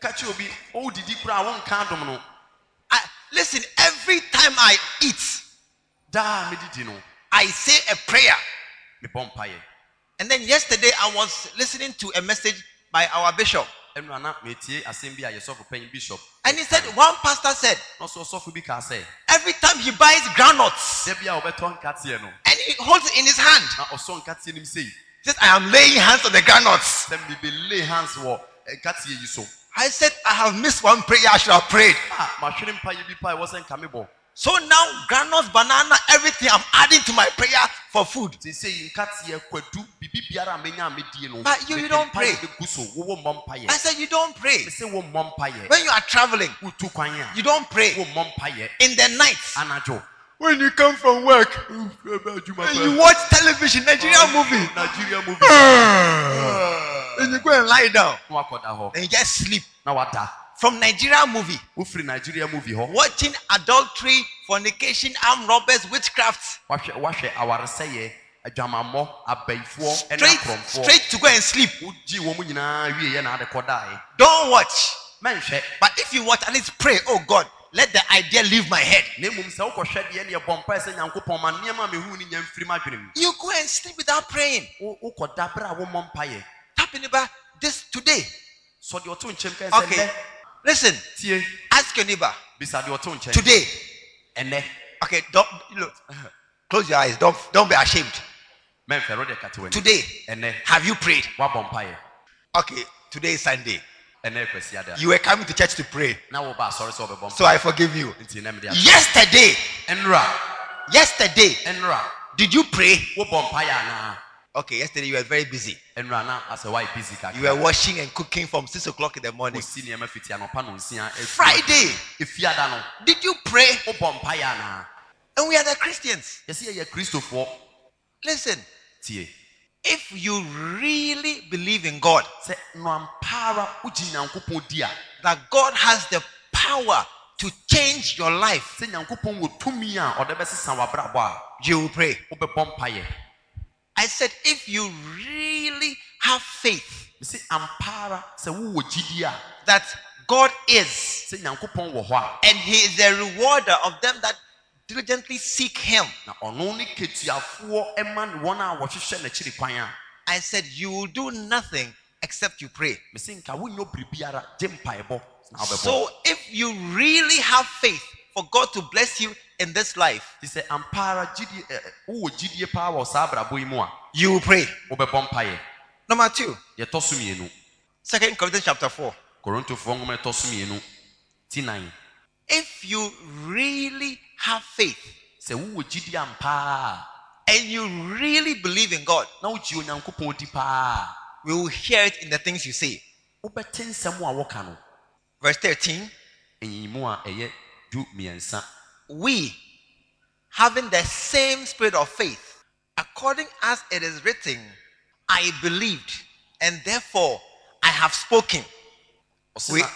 Speaker 2: ka kyerɛ obi ɔwodidi kora a wonka adom no
Speaker 3: I, listen, every time I eat,
Speaker 2: daa medidi no
Speaker 3: I say a prayer.
Speaker 2: mebɔ mpayɛ
Speaker 3: And then yesterday I was listening to a message by our bishop.
Speaker 2: ɛnu ana metie asɛm bi a yɛsɔfo panyin bishop
Speaker 3: And he said, one pastor said,
Speaker 2: nọọsụ ọsọfọ bi ka sị
Speaker 3: every time he buys groundnuts
Speaker 2: debi a ọbẹtọ nkateɛ no
Speaker 3: and he holds it in his hand,
Speaker 2: na ọsọ nkateɛ nim sei
Speaker 3: he says, I am laying hands on the groundnuts.
Speaker 2: sɛ mbebe lay hands wɔ nkateɛ yi so
Speaker 3: I said, I have missed one prayer I should have prayed.
Speaker 2: a mahwere mpa yi bi pa a ɛwɔ sɛ nka me bɔ
Speaker 3: So now, groundnuts, banana, everything I'm adding to my prayer for food.
Speaker 2: te sɛ yi nkateɛ kwadu bibi biara a menya a medie no
Speaker 3: But you- you
Speaker 2: mede
Speaker 3: don't
Speaker 2: mpaeɛ
Speaker 3: pray.
Speaker 2: bɛgu so wowɔ mmɔ mpaeɛ
Speaker 3: I said, You don't pray.
Speaker 2: sɛ wo mmɔ mpaeɛ
Speaker 3: When you are traveling,
Speaker 2: wotu kwan a
Speaker 3: you don't pray.
Speaker 2: wo mmɔ mpaeɛ
Speaker 3: In the night,
Speaker 2: anadwo
Speaker 3: when you come from work and you watch television, Nigerian
Speaker 2: Oh.
Speaker 3: movie,
Speaker 2: nigeria movie
Speaker 3: and you go and lie down
Speaker 2: na wakɔda hɔ
Speaker 3: and you just sleep.
Speaker 2: na wada
Speaker 3: From Nigerian movie,
Speaker 2: wofiri nigeria movie hɔ
Speaker 3: watching adultery, fornication, armed robbers, witchcraft,
Speaker 2: wahwɛ wahwɛ awaresɛyɛ adwamammɔ abayifoɔ ɛne
Speaker 3: straight,
Speaker 2: akorɔmfoɔ
Speaker 3: straight to go and sleep.
Speaker 2: wogyi wɔn mu nyinaa wieɛ na ade kɔdaeɛ
Speaker 3: Don't watch.
Speaker 2: mɛnhwɛ
Speaker 3: But if you watch, at least pray, oh God, let the idea leave my head.
Speaker 2: na mmom sɛ wokɔhwɛ deɛ ne yɛbɔ mpa sɛ nyankopɔn ma nneɛma a mehu ne nya mfiri m'adwene mu
Speaker 3: You go and sleep without praying.
Speaker 2: Wo- wokɔda berɛ a wommɔ mpayɛ
Speaker 3: Tap in about this today.
Speaker 2: sɔ deɛ ɔto nkyɛm ka sɛ
Speaker 3: Okay.
Speaker 2: nnɛ
Speaker 3: Listen,
Speaker 2: tie
Speaker 3: ask your neighbor
Speaker 2: bisa deɛ ɔto nkyɛn
Speaker 3: today.
Speaker 2: ɛnɛ
Speaker 3: Okay, don't look. Close your eyes. Don't don't be ashamed.
Speaker 2: mɛmfɛ rode katewani
Speaker 3: Today,
Speaker 2: ɛnɛ
Speaker 3: have you prayed?
Speaker 2: woabɔ mpayɛ
Speaker 3: Okay, today is Sunday.
Speaker 2: ɛnɛ kwasi ada
Speaker 3: You were coming to church to pray,
Speaker 2: na woba asɔre sɛ wobɛbɔ mpa
Speaker 3: so I forgive you.
Speaker 2: nti nɛ mede a-
Speaker 3: Yesterday,
Speaker 2: ɛnora
Speaker 3: yesterday,
Speaker 2: ɛnora
Speaker 3: did you pray?
Speaker 2: wobɔ mpayɛ anaa
Speaker 3: Okay, yesterday you were very busy.
Speaker 2: ɛnora na asɛ woayɛ busy kakra
Speaker 3: You were washing and cooking from six o'clock in the morning.
Speaker 2: wosi nneɛma fiti anɔpa no nsia
Speaker 3: Friday,
Speaker 2: ɛfiada no
Speaker 3: did you pray?
Speaker 2: wobɔ mpayɛ anaa
Speaker 3: And we are the Christians.
Speaker 2: yɛsi yɛyɛ kristofoɔ
Speaker 3: Listen,
Speaker 2: tie
Speaker 3: if you really believe in God,
Speaker 2: sɛ nwampaara wogye nyankopɔn di a
Speaker 3: that God has the power to change your life,
Speaker 2: sɛ nyankopɔn wɔ tumi a ɔde bɛsesa w'abrabɔ a
Speaker 3: you will pray.
Speaker 2: wobɛbɔ mpayɛ
Speaker 3: I said, if you really have faith
Speaker 2: mesi ampaara sɛ wowɔ gyidi a
Speaker 3: that God is
Speaker 2: sɛ nyankopɔn wɔ hɔ a
Speaker 3: and He is a rewarder of them that diligently seek Him,
Speaker 2: na ɔno ne ketuafoɔ ma ne wɔn a wɔhwehwɛ n'akyiri kwan a
Speaker 3: I said, you will do nothing except you pray.
Speaker 2: mesi nka wonyɛ biribiara gye mpaebɔ na
Speaker 3: So
Speaker 2: wobɛbɔ
Speaker 3: if you really have faith for God to bless you in this life,
Speaker 2: nti sɛ ampaara gyidie ɛ- ɛ, wowɔ gyidie paa wɔ saa abrabɔ yi mu a
Speaker 3: you will pray.
Speaker 2: wobɛbɔ mpayɛ
Speaker 3: Number two,
Speaker 2: yɛtɔ so mmienu
Speaker 3: Second Corinthians chapter 4.
Speaker 2: korintofoɔ nwoma yɛtɔ so mmienu ti nan
Speaker 3: If you really have faith
Speaker 2: sɛ wowɔ gyidie ampaa
Speaker 3: and you really believe in God,
Speaker 2: na wogye onyankopɔn di paa
Speaker 3: we will hear it in the things you say.
Speaker 2: wobɛte nsɛm a wɔka no
Speaker 3: Verse 13
Speaker 2: ɛnyimu a ɛyɛ du mmiɛnsa
Speaker 3: We, having the same spirit of faith, according as it is written, I believed, and therefore I have spoken.
Speaker 2: ɔse
Speaker 3: We,
Speaker 2: na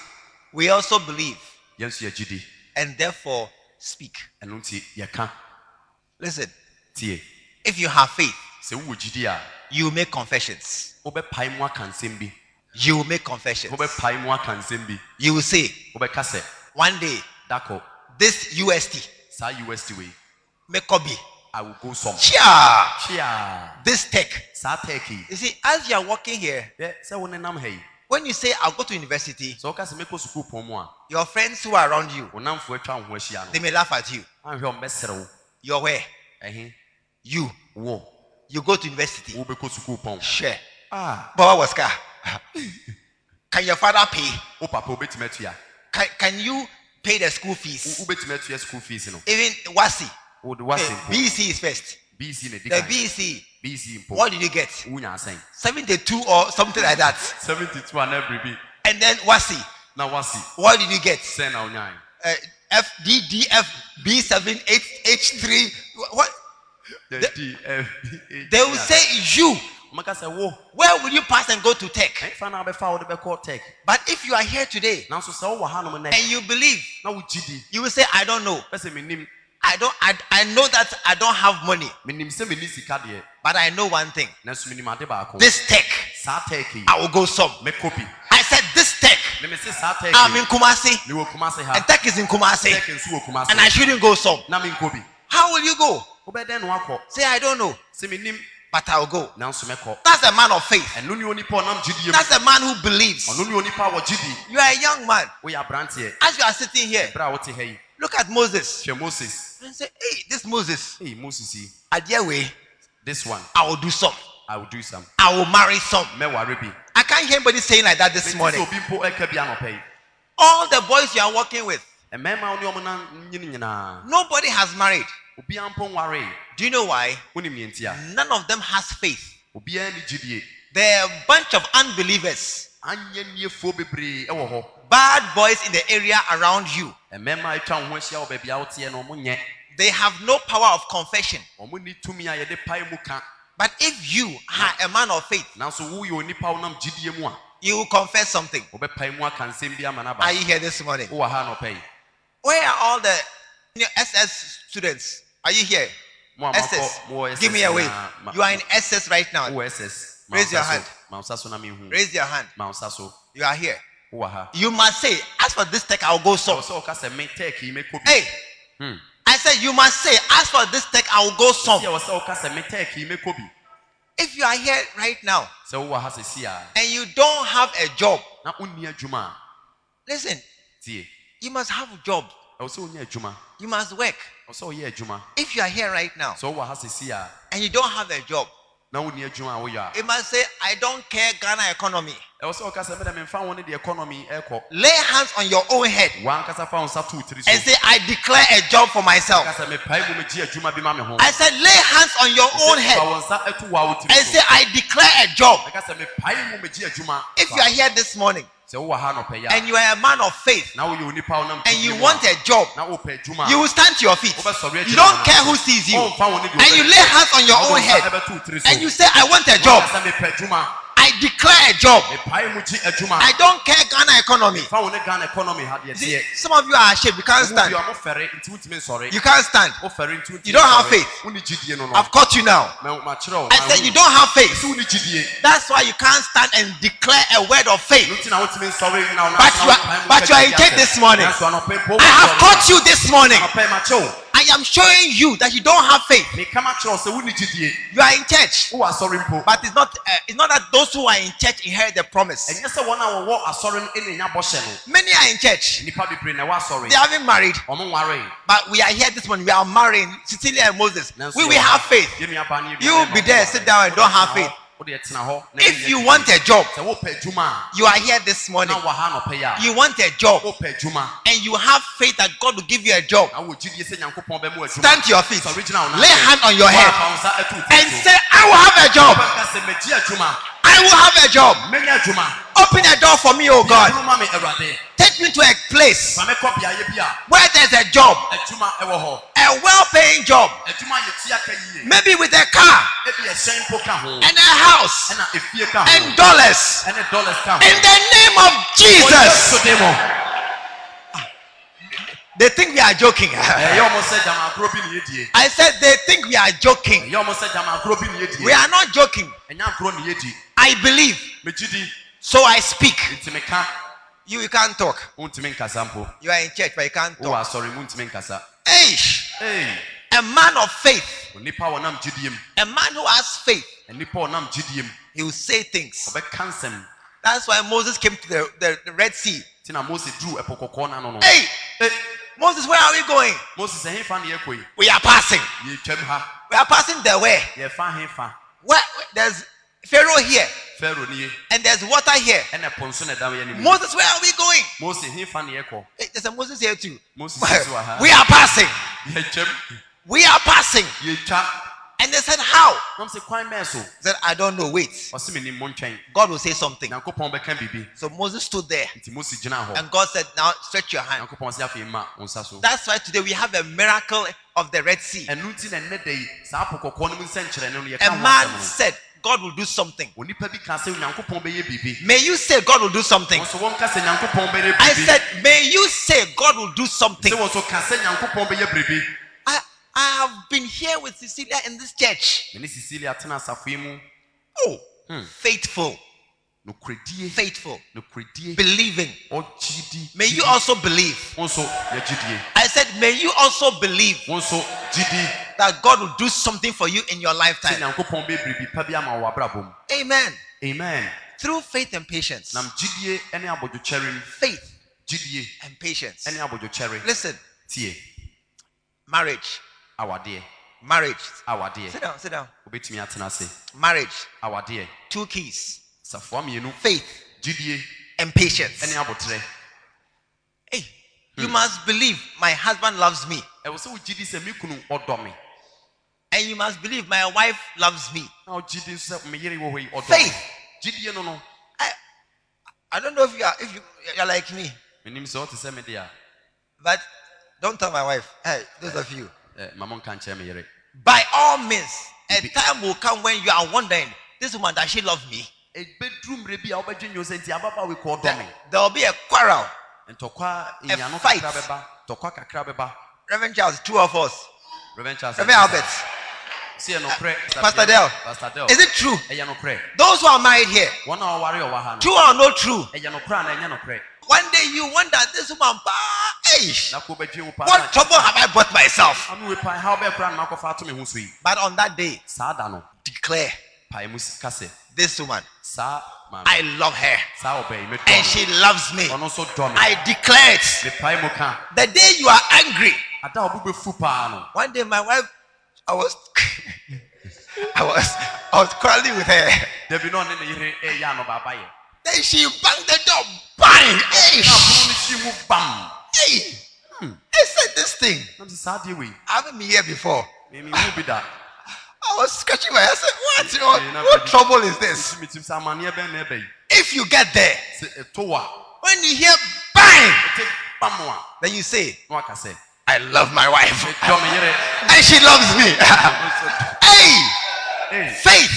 Speaker 3: we also believe,
Speaker 2: yɛn nso yɛgyidi
Speaker 3: and therefore speak.
Speaker 2: ɛno nti yɛka
Speaker 3: Listen,
Speaker 2: tie
Speaker 3: if you have faith,
Speaker 2: sɛ wowɔ gyidi a
Speaker 3: you will make confessions.
Speaker 2: wobɛpae mu aka nsɛm bi
Speaker 3: You will make confessions.
Speaker 2: wobɛpae mu aka nsɛm bi
Speaker 3: You will say,
Speaker 2: wobɛka sɛ
Speaker 3: one day,
Speaker 2: dakɔ
Speaker 3: this UST,
Speaker 2: saa usd wei
Speaker 3: make Kobe.
Speaker 2: i will go some
Speaker 3: Chia!
Speaker 2: hyia
Speaker 3: This tech.
Speaker 2: saa turkey yi
Speaker 3: You see, as you are walking here,
Speaker 2: yɛ sɛ wo nenam ha yi
Speaker 3: when you say, I'll go to university,
Speaker 2: sɛ woka sɛ mɛkɔ sukuu pɔn mu a
Speaker 3: your friends who are around you,
Speaker 2: wo namfoɔ atwa wo ho ahyia
Speaker 3: they
Speaker 2: no
Speaker 3: may laugh at you.
Speaker 2: anhwɛ wo mbɛsere wo
Speaker 3: You're where?
Speaker 2: ɛhe
Speaker 3: You.
Speaker 2: wo
Speaker 3: You go to university.
Speaker 2: wobɛkɔ sukuu pɔn
Speaker 3: Share.
Speaker 2: Ah,
Speaker 3: Baba was car. Can your father pay?
Speaker 2: wo papa wobɛtumi atua
Speaker 3: Can, can you pay the school fees?
Speaker 2: wobɛtumi atua school fees no
Speaker 3: Even WASI. Eh,
Speaker 2: wode woase mpo
Speaker 3: BC is first.
Speaker 2: bc na
Speaker 3: The
Speaker 2: ɛdi kan
Speaker 3: BC,
Speaker 2: bc mpo
Speaker 3: what did you get?
Speaker 2: wonya asɛn
Speaker 3: 72 or something like that.
Speaker 2: 72 a na biribi
Speaker 3: And then WASI,
Speaker 2: na woase
Speaker 3: what did you get?
Speaker 2: sɛn na wonyae
Speaker 3: Uh, FDDFB78H3. What?
Speaker 2: the
Speaker 3: They-
Speaker 2: dfb
Speaker 3: They will say, You,
Speaker 2: ɔmaka sɛ wo
Speaker 3: where will you pass and go to tech?
Speaker 2: ɛmfa na wobɛfa a wode bɛkɔ tek
Speaker 3: But if you are here today
Speaker 2: nanso sɛ wowɔ hanom nɛ
Speaker 3: and you believe,
Speaker 2: na wogyidi
Speaker 3: you will say, I don't know.
Speaker 2: bɛ sɛ menim
Speaker 3: I don't I, I know that I don't have money,
Speaker 2: menim sɛ menni sika deɛ
Speaker 3: but I know one thing.
Speaker 2: nanso menim ade baako
Speaker 3: This tech,
Speaker 2: saa tek yi
Speaker 3: I will go some.
Speaker 2: mɛkɔ bi
Speaker 3: I said this tech.
Speaker 2: meme se saa tek
Speaker 3: I'm in
Speaker 2: yi
Speaker 3: Kumasi.
Speaker 2: mewɔ kuma se
Speaker 3: And
Speaker 2: ha
Speaker 3: tech is in Kumasi.
Speaker 2: tek nso wɔ kuma
Speaker 3: And I
Speaker 2: se
Speaker 3: shouldn't go some.
Speaker 2: na menkɔ bi
Speaker 3: How will you go?
Speaker 2: wobɛdɛn no akɔ
Speaker 3: Say, I don't know,
Speaker 2: sɛ menim
Speaker 3: but I'll go.
Speaker 2: nanso mɛkɔ
Speaker 3: That's a man of faith.
Speaker 2: ɛno ne onipa a ɔnam gyidie mu
Speaker 3: That's a man who believes.
Speaker 2: ɔno ne onipa a wɔgyidi
Speaker 3: You are a young man.
Speaker 2: woyɛ aberanteɛ
Speaker 3: As you are sitting here,
Speaker 2: berɛ a wote ha yi
Speaker 3: look at Moses
Speaker 2: hwɛ moses
Speaker 3: and say, Hey, this Moses,
Speaker 2: ei moses yi
Speaker 3: at their way,
Speaker 2: this one
Speaker 3: I will do some.
Speaker 2: i will do some
Speaker 3: I will marry some.
Speaker 2: mɛware bi
Speaker 3: I can't hear anybody saying like that this
Speaker 2: Mete
Speaker 3: morning.
Speaker 2: sɛ obi mpo ɛka bi anɔpɛ yi
Speaker 3: All the boys you are working with,
Speaker 2: mmarima wo ne ɔmo nan nyini nyinaa
Speaker 3: nobody has married.
Speaker 2: obiara mpo nwaree
Speaker 3: Do you know why?
Speaker 2: wonim yɛn ti a
Speaker 3: None of them has faith.
Speaker 2: obiara ne gyidie
Speaker 3: They're a bunch of unbelievers,
Speaker 2: anyɛ nniefoɔ bebree ɛwɔ hɔ
Speaker 3: bad boys in the area around you.
Speaker 2: mmarima a atwa wo ho ahyia wɔ baabi a woteɛ no ɔmo nyɛ
Speaker 3: They have no power of confession.
Speaker 2: ɔmo ni tumi a yɛde pae mu ka
Speaker 3: But if you are a man of faith,
Speaker 2: nanso woyɛ onipa a wonam gyidie mu a
Speaker 3: you will confess something.
Speaker 2: wobɛpae mu aka nsɛm bi ama no
Speaker 3: Are
Speaker 2: aba
Speaker 3: you here this morning?
Speaker 2: wowɔ ha anɔpɛ yi
Speaker 3: Where are all the you know, SS students? Are you here?
Speaker 2: mo a
Speaker 3: SS.
Speaker 2: makɔ mowɔ
Speaker 3: Give me a wave.
Speaker 2: na ma-
Speaker 3: You are in SS right now.
Speaker 2: wowɔ ss Ma wo
Speaker 3: Raise your
Speaker 2: nsa so.
Speaker 3: hand.
Speaker 2: ma wo nsa so na menhu
Speaker 3: Raise your hand.
Speaker 2: ma wo nsa so
Speaker 3: You are here.
Speaker 2: wowɔ ha
Speaker 3: You must say, as for this tech, I'll go
Speaker 2: ɛwɔ
Speaker 3: some.
Speaker 2: sɛ woka sɛ me tek yi mɛkɔ bi
Speaker 3: Hey,
Speaker 2: Hmm.
Speaker 3: I said, you must say, as for this tech, I'll go some.
Speaker 2: Sɛ ɛwɔ sɛ woka sɛ me tek yi mɛkɔ bi
Speaker 3: If you are here right now
Speaker 2: sɛ wowɔ ha sɛsi a
Speaker 3: and you don't have a job,
Speaker 2: na wonni adwuma a
Speaker 3: listen,
Speaker 2: tie
Speaker 3: you must have a job.
Speaker 2: ɛwɔ sɛ wonya adwuma
Speaker 3: You must work.
Speaker 2: ɛwɔ sɛ woyɛ adwuma
Speaker 3: If you are here right now
Speaker 2: sɛ wowɔ ha sɛsi a
Speaker 3: and you don't have a job,
Speaker 2: na wonni adwuma a woyɛ
Speaker 3: you must say, I don't care Ghana economy.
Speaker 2: a ɛwɔ sɛ woka sɛ mɛdɛ memfa wo ne de economy ɛkɔ
Speaker 3: Lay hands on your own head
Speaker 2: wankasa fa wo nsa too tiri so
Speaker 3: and say, I declare a job for myself.
Speaker 2: woka sɛ mepae mu megye adwuma bi ma me ho
Speaker 3: I said, lay hands on your
Speaker 2: Ɛsɛ
Speaker 3: own
Speaker 2: fa
Speaker 3: head
Speaker 2: wo nsa ɛto wo a wo
Speaker 3: and
Speaker 2: tiri
Speaker 3: say,
Speaker 2: so
Speaker 3: I declare a job.
Speaker 2: ɛka sɛ mepae mu megye adwuma
Speaker 3: If you are here this morning
Speaker 2: sɛ wowɔ ha nɔpɛ yi a
Speaker 3: and you are a man of faith
Speaker 2: na woyɛ onipa a wonam
Speaker 3: and you
Speaker 2: tumi mu
Speaker 3: want
Speaker 2: a,
Speaker 3: a job,
Speaker 2: na wopɛ adwuma a,
Speaker 3: you will stand to your feet.
Speaker 2: wobɛsɔre akyiri
Speaker 3: You don't
Speaker 2: anaa?
Speaker 3: care who sees you.
Speaker 2: Ɔmfa wo ne deɛ
Speaker 3: And you
Speaker 2: ɔbɛyɛ.
Speaker 3: lay hands on
Speaker 2: Na
Speaker 3: your
Speaker 2: wode
Speaker 3: own
Speaker 2: wo nsa
Speaker 3: head
Speaker 2: ɛbɛto wo tiri so.
Speaker 3: and you say, I want a
Speaker 2: Woka
Speaker 3: job.
Speaker 2: sɛ, "Mepɛ adwuma
Speaker 3: I declare a job.
Speaker 2: mepae mu gye adwuma
Speaker 3: I don't care Ghana economy.
Speaker 2: fa wo ne ghana economy ha deɛ
Speaker 3: See,
Speaker 2: teɛ
Speaker 3: some of you are ashamed. You can't stand.
Speaker 2: wobia mofɛre nti wotumi nsɔre
Speaker 3: You can't stand.
Speaker 2: wofɛre nti wotumi
Speaker 3: You don't have
Speaker 2: nsɔre.
Speaker 3: faith.
Speaker 2: wone gyidie no no
Speaker 3: I've caught you now.
Speaker 2: Ma- makyerɛ wo
Speaker 3: I said, You don't have faith.
Speaker 2: wone gyidie
Speaker 3: That's why you can't stand and declare a word of faith.
Speaker 2: no nti na wotumi nsɔre na
Speaker 3: But you are- but you are in faith this morning. I have caught you this morning.
Speaker 2: anɔpɛ makyɛ wo
Speaker 3: I am showing you that you don't have faith.
Speaker 2: meka makyerɛ wo sɛ wone gyidie
Speaker 3: You are in church.
Speaker 2: wowɔ asɔre mpo
Speaker 3: But it's not, uh, it's not that those who are in church inherit the promise.
Speaker 2: ɛnyɛ sɛ wɔn a wɔwɔ asɔre no ne nya bɔhyɛ no
Speaker 3: Many are in church.
Speaker 2: nnipa bebree na ɛwɔ asɔre
Speaker 3: They haven't married.
Speaker 2: ɔmo nwaree
Speaker 3: But we are here this morning. We are marrying Cecilia and Moses.
Speaker 2: Nanso
Speaker 3: We will
Speaker 2: yɛwɔ-
Speaker 3: have faith.
Speaker 2: yɛnuaba no, yɛnuaba
Speaker 3: You
Speaker 2: no,
Speaker 3: be
Speaker 2: yɛnuaba
Speaker 3: there,
Speaker 2: no,
Speaker 3: sit down and
Speaker 2: wode
Speaker 3: don't have
Speaker 2: tena
Speaker 3: faith.
Speaker 2: hɔ, wode tena hɔ na
Speaker 3: If
Speaker 2: wonya
Speaker 3: you
Speaker 2: gyidie.
Speaker 3: want a job,
Speaker 2: sɛ wopɛ adwuma
Speaker 3: you are here this
Speaker 2: a na
Speaker 3: morning.
Speaker 2: wɔ ha nɔpɛ yi a
Speaker 3: You want a job
Speaker 2: wopɛ adwuma
Speaker 3: and you have faith that God will give you a job.
Speaker 2: na wɔ gyidie sɛ nyankopɔn bɛma wo adwuma
Speaker 3: Stand to your feet.
Speaker 2: Sɛ original na-
Speaker 3: Lay hand on your
Speaker 2: Wo
Speaker 3: head
Speaker 2: afa wo nsa ato wo tiri
Speaker 3: and
Speaker 2: so.
Speaker 3: say, I will have a job.
Speaker 2: Wobɛka sɛ magye adwuma
Speaker 3: I will have a job.
Speaker 2: mɛnya adwuma
Speaker 3: Open a door for me, oh God.
Speaker 2: Yɛadwuma ma me Awurade
Speaker 3: Take me to a place
Speaker 2: fa mɛkɔ beaeɛ bi a
Speaker 3: where there's a job,
Speaker 2: adwuma ɛwɔ hɔ
Speaker 3: a well paying job,
Speaker 2: adwuma a yɛtua ka yie
Speaker 3: maybe with a car
Speaker 2: ebi ɛhyɛn mpo ka ho
Speaker 3: and a house
Speaker 2: ɛna efie ka
Speaker 3: and
Speaker 2: ho
Speaker 3: dollars.
Speaker 2: ɛne dollars ka ho
Speaker 3: In the name of
Speaker 2: Wɔ
Speaker 3: Jesus.
Speaker 2: Yesu din mu.
Speaker 3: They think we are joking.
Speaker 2: ɛyɛ ɔmo sɛ gyamagorɔ bi ne yɛdie
Speaker 3: I said they think we are joking.
Speaker 2: ɛyɛ ɔmo sɛ gyamagorɔ bi ne
Speaker 3: We
Speaker 2: yɛdie
Speaker 3: are not joking.
Speaker 2: ɛnya agorɔ ne yɛdi
Speaker 3: I believe,
Speaker 2: megye di
Speaker 3: so I speak.
Speaker 2: nti meka
Speaker 3: You, you can't talk.
Speaker 2: wontumi nkasa mpo
Speaker 3: You are in church, but you can't
Speaker 2: wowɔ
Speaker 3: talk.
Speaker 2: asɔre mu ntumi nkasa
Speaker 3: Hey,
Speaker 2: Ei,
Speaker 3: a man of faith,
Speaker 2: onipa a ɔnam gyidie mu
Speaker 3: a man who has faith,
Speaker 2: onipa a ɔnam gyidie mu
Speaker 3: he will say things.
Speaker 2: ɔbɛka nsɛm
Speaker 3: That's why Moses came to the, the, the Red Sea.
Speaker 2: nti na mose duru ɛpo kɔkɔɔ n'ano no
Speaker 3: Hey,
Speaker 2: Eh,
Speaker 3: Moses, where are we going?
Speaker 2: moses ɛhefa ne yɛkɔ yi
Speaker 3: We are passing.
Speaker 2: yɛtwam ha
Speaker 3: We are passing the way.
Speaker 2: yɛfa hefa
Speaker 3: Where there's Pharaoh here,
Speaker 2: faro ne ye
Speaker 3: and there's water here.
Speaker 2: ɛna ɛpo nso na ɛda yɛ ne mu
Speaker 3: Moses, where are we going?
Speaker 2: mose hefa ne yɛkɔ
Speaker 3: Hey, there's a Moses here too.
Speaker 2: Moses is over here.
Speaker 3: we are passing.
Speaker 2: yɛtwam
Speaker 3: We are passing.
Speaker 2: yɛtwa
Speaker 3: And they said, How?
Speaker 2: nam sɛ kwan mɛɛ so
Speaker 3: He said, I don't know. Wait.
Speaker 2: ɔse me nim mo ntwɛn
Speaker 3: God will say something.
Speaker 2: nyankopɔn bɛka biribi
Speaker 3: So Moses stood there.
Speaker 2: nti mose gyina hɔ
Speaker 3: And God said, Now stretch your hand.
Speaker 2: nyankopɔn sɛ afei ma wo nsa so
Speaker 3: That's why today we have a miracle of the Red Sea.
Speaker 2: ɛno nti na ɛnɛ da yi saa po kɔkɔɔ no mu nsɛnkyerɛnne no yɛka
Speaker 3: A
Speaker 2: ho
Speaker 3: man
Speaker 2: asɛm
Speaker 3: said, God will do something.
Speaker 2: no onipa bi ka sɛ onyankopɔn bɛyɛ biribi
Speaker 3: May you say, God will do something.
Speaker 2: wɔn so wɔnka sɛ nyankopɔn bɛyɛ
Speaker 3: I
Speaker 2: biribi
Speaker 3: said, May you say, God will do something.
Speaker 2: sɛ wɔn so ka sɛ nyankopɔn bɛyɛ biribi
Speaker 3: I, I have been here with Cecilia in this church.
Speaker 2: mene cecilia tena asafo yi mu
Speaker 3: Oh,
Speaker 2: Hmm.
Speaker 3: faithful,
Speaker 2: nokoredie
Speaker 3: faithful,
Speaker 2: nokoredie
Speaker 3: believing.
Speaker 2: ɔgyidi
Speaker 3: May you also believe.
Speaker 2: wɔn so yɛgyidie
Speaker 3: I said, May you also believe
Speaker 2: wɔn so gyidi
Speaker 3: that God will do something for you in your
Speaker 2: sɛ
Speaker 3: lifetime.
Speaker 2: nyankopɔn bɛyɛ biribi pa bi ama wɔ abrabɔ mu
Speaker 3: Amen.
Speaker 2: amen
Speaker 3: Through faith and patience.
Speaker 2: nam gyidie ne abɔdwokyɛre mu
Speaker 3: Faith
Speaker 2: gyidie
Speaker 3: and patience.
Speaker 2: ne abɔdwokyɛre
Speaker 3: Listen,
Speaker 2: tie
Speaker 3: marriage.
Speaker 2: awadeɛ
Speaker 3: Marriage. Sit
Speaker 2: awadeɛ
Speaker 3: down, sit down.
Speaker 2: wobɛtumi atena ase
Speaker 3: Marriage.
Speaker 2: awadeɛ
Speaker 3: Two keys
Speaker 2: safoa mmienu
Speaker 3: faith
Speaker 2: gyidie
Speaker 3: and patience.
Speaker 2: ne abotrɛ
Speaker 3: Hey, you must believe my husband loves me.
Speaker 2: ɛwɔ sɛ wogyidi sɛ me kunu ɔdɔ me
Speaker 3: And you must believe my wife loves me.
Speaker 2: na wogyidi nso sɛ me yere wɔ hɔ yi ɔdɔ me
Speaker 3: Faith.
Speaker 2: gyidie no no
Speaker 3: I, I don't know if you are if you you're like me,
Speaker 2: menim sɛ wote sɛ mede a
Speaker 3: but don't tell my wife. Hey, those of you.
Speaker 2: eh, ma monka nkyerɛ me yere
Speaker 3: By all means, a
Speaker 2: Be-
Speaker 3: time will come when you are wondering, this woman does she love me?
Speaker 2: ɛbɛduru mmerɛ bi a wobɛdwe nwo sɛ nti ababa we kɔ ɔdɔ
Speaker 3: There,
Speaker 2: me
Speaker 3: there will be a quarrel.
Speaker 2: ntɔkwa
Speaker 3: A
Speaker 2: nyano
Speaker 3: fight.
Speaker 2: kakra bɛba tɔkwa kakra bɛba
Speaker 3: Reverend Charles, two of us.
Speaker 2: Reverend Charles
Speaker 3: Reverend Albert,
Speaker 2: sɛ nokorɛ
Speaker 3: Pastor Dell.
Speaker 2: Pastor Dell
Speaker 3: Is it true?
Speaker 2: ɛyɛ nokorɛ
Speaker 3: Those who are married here,
Speaker 2: wɔn a wɔware ɔwɔ ha
Speaker 3: true
Speaker 2: no
Speaker 3: or no true?
Speaker 2: ɛyɛ nokorɛ a na ɛnyɛ nokorɛ
Speaker 3: One day you wonder, this woman, bah, hey,
Speaker 2: na ko bɛdwe wo
Speaker 3: what
Speaker 2: paa
Speaker 3: trouble have I bought myself?
Speaker 2: ame we pae ha wobɛkora no makɔfa ato me ho so yi
Speaker 3: But on that day,
Speaker 2: saa da no
Speaker 3: declare
Speaker 2: pae mu ka sɛ
Speaker 3: this woman,
Speaker 2: saa maame
Speaker 3: I love her
Speaker 2: saa ɔbɛn mɛtɔ
Speaker 3: and she loves me.
Speaker 2: ɔno nso dɔ me
Speaker 3: I declare it.
Speaker 2: mepae mu ka
Speaker 3: The day you are angry,
Speaker 2: ada a wobɛbɛfu paa no
Speaker 3: one day my wife, I was, I was, I was quarreling with her.
Speaker 2: dabi na ɔne ne yere ɛyɛ ano baabayɛ
Speaker 3: Then she banged the door, bang! Hey,
Speaker 2: na apono no hyii mu bam
Speaker 3: hey! I said this thing.
Speaker 2: nam sɛ saa deɛ wei
Speaker 3: I haven't been here before.
Speaker 2: memehu bi da
Speaker 3: I was scratching my head. I said, what? What, what trouble is this?
Speaker 2: nti metim sɛ amanneɛ bɛn na ɛbɛyi
Speaker 3: Hey! If you get there,
Speaker 2: sɛ ɛto wo a
Speaker 3: when you hear bang,
Speaker 2: ɛte bam wo a
Speaker 3: then you say,
Speaker 2: na waka sɛ
Speaker 3: I love my wife.
Speaker 2: ɛdɔ me yere
Speaker 3: And she loves me. hey,
Speaker 2: Hey,
Speaker 3: faith.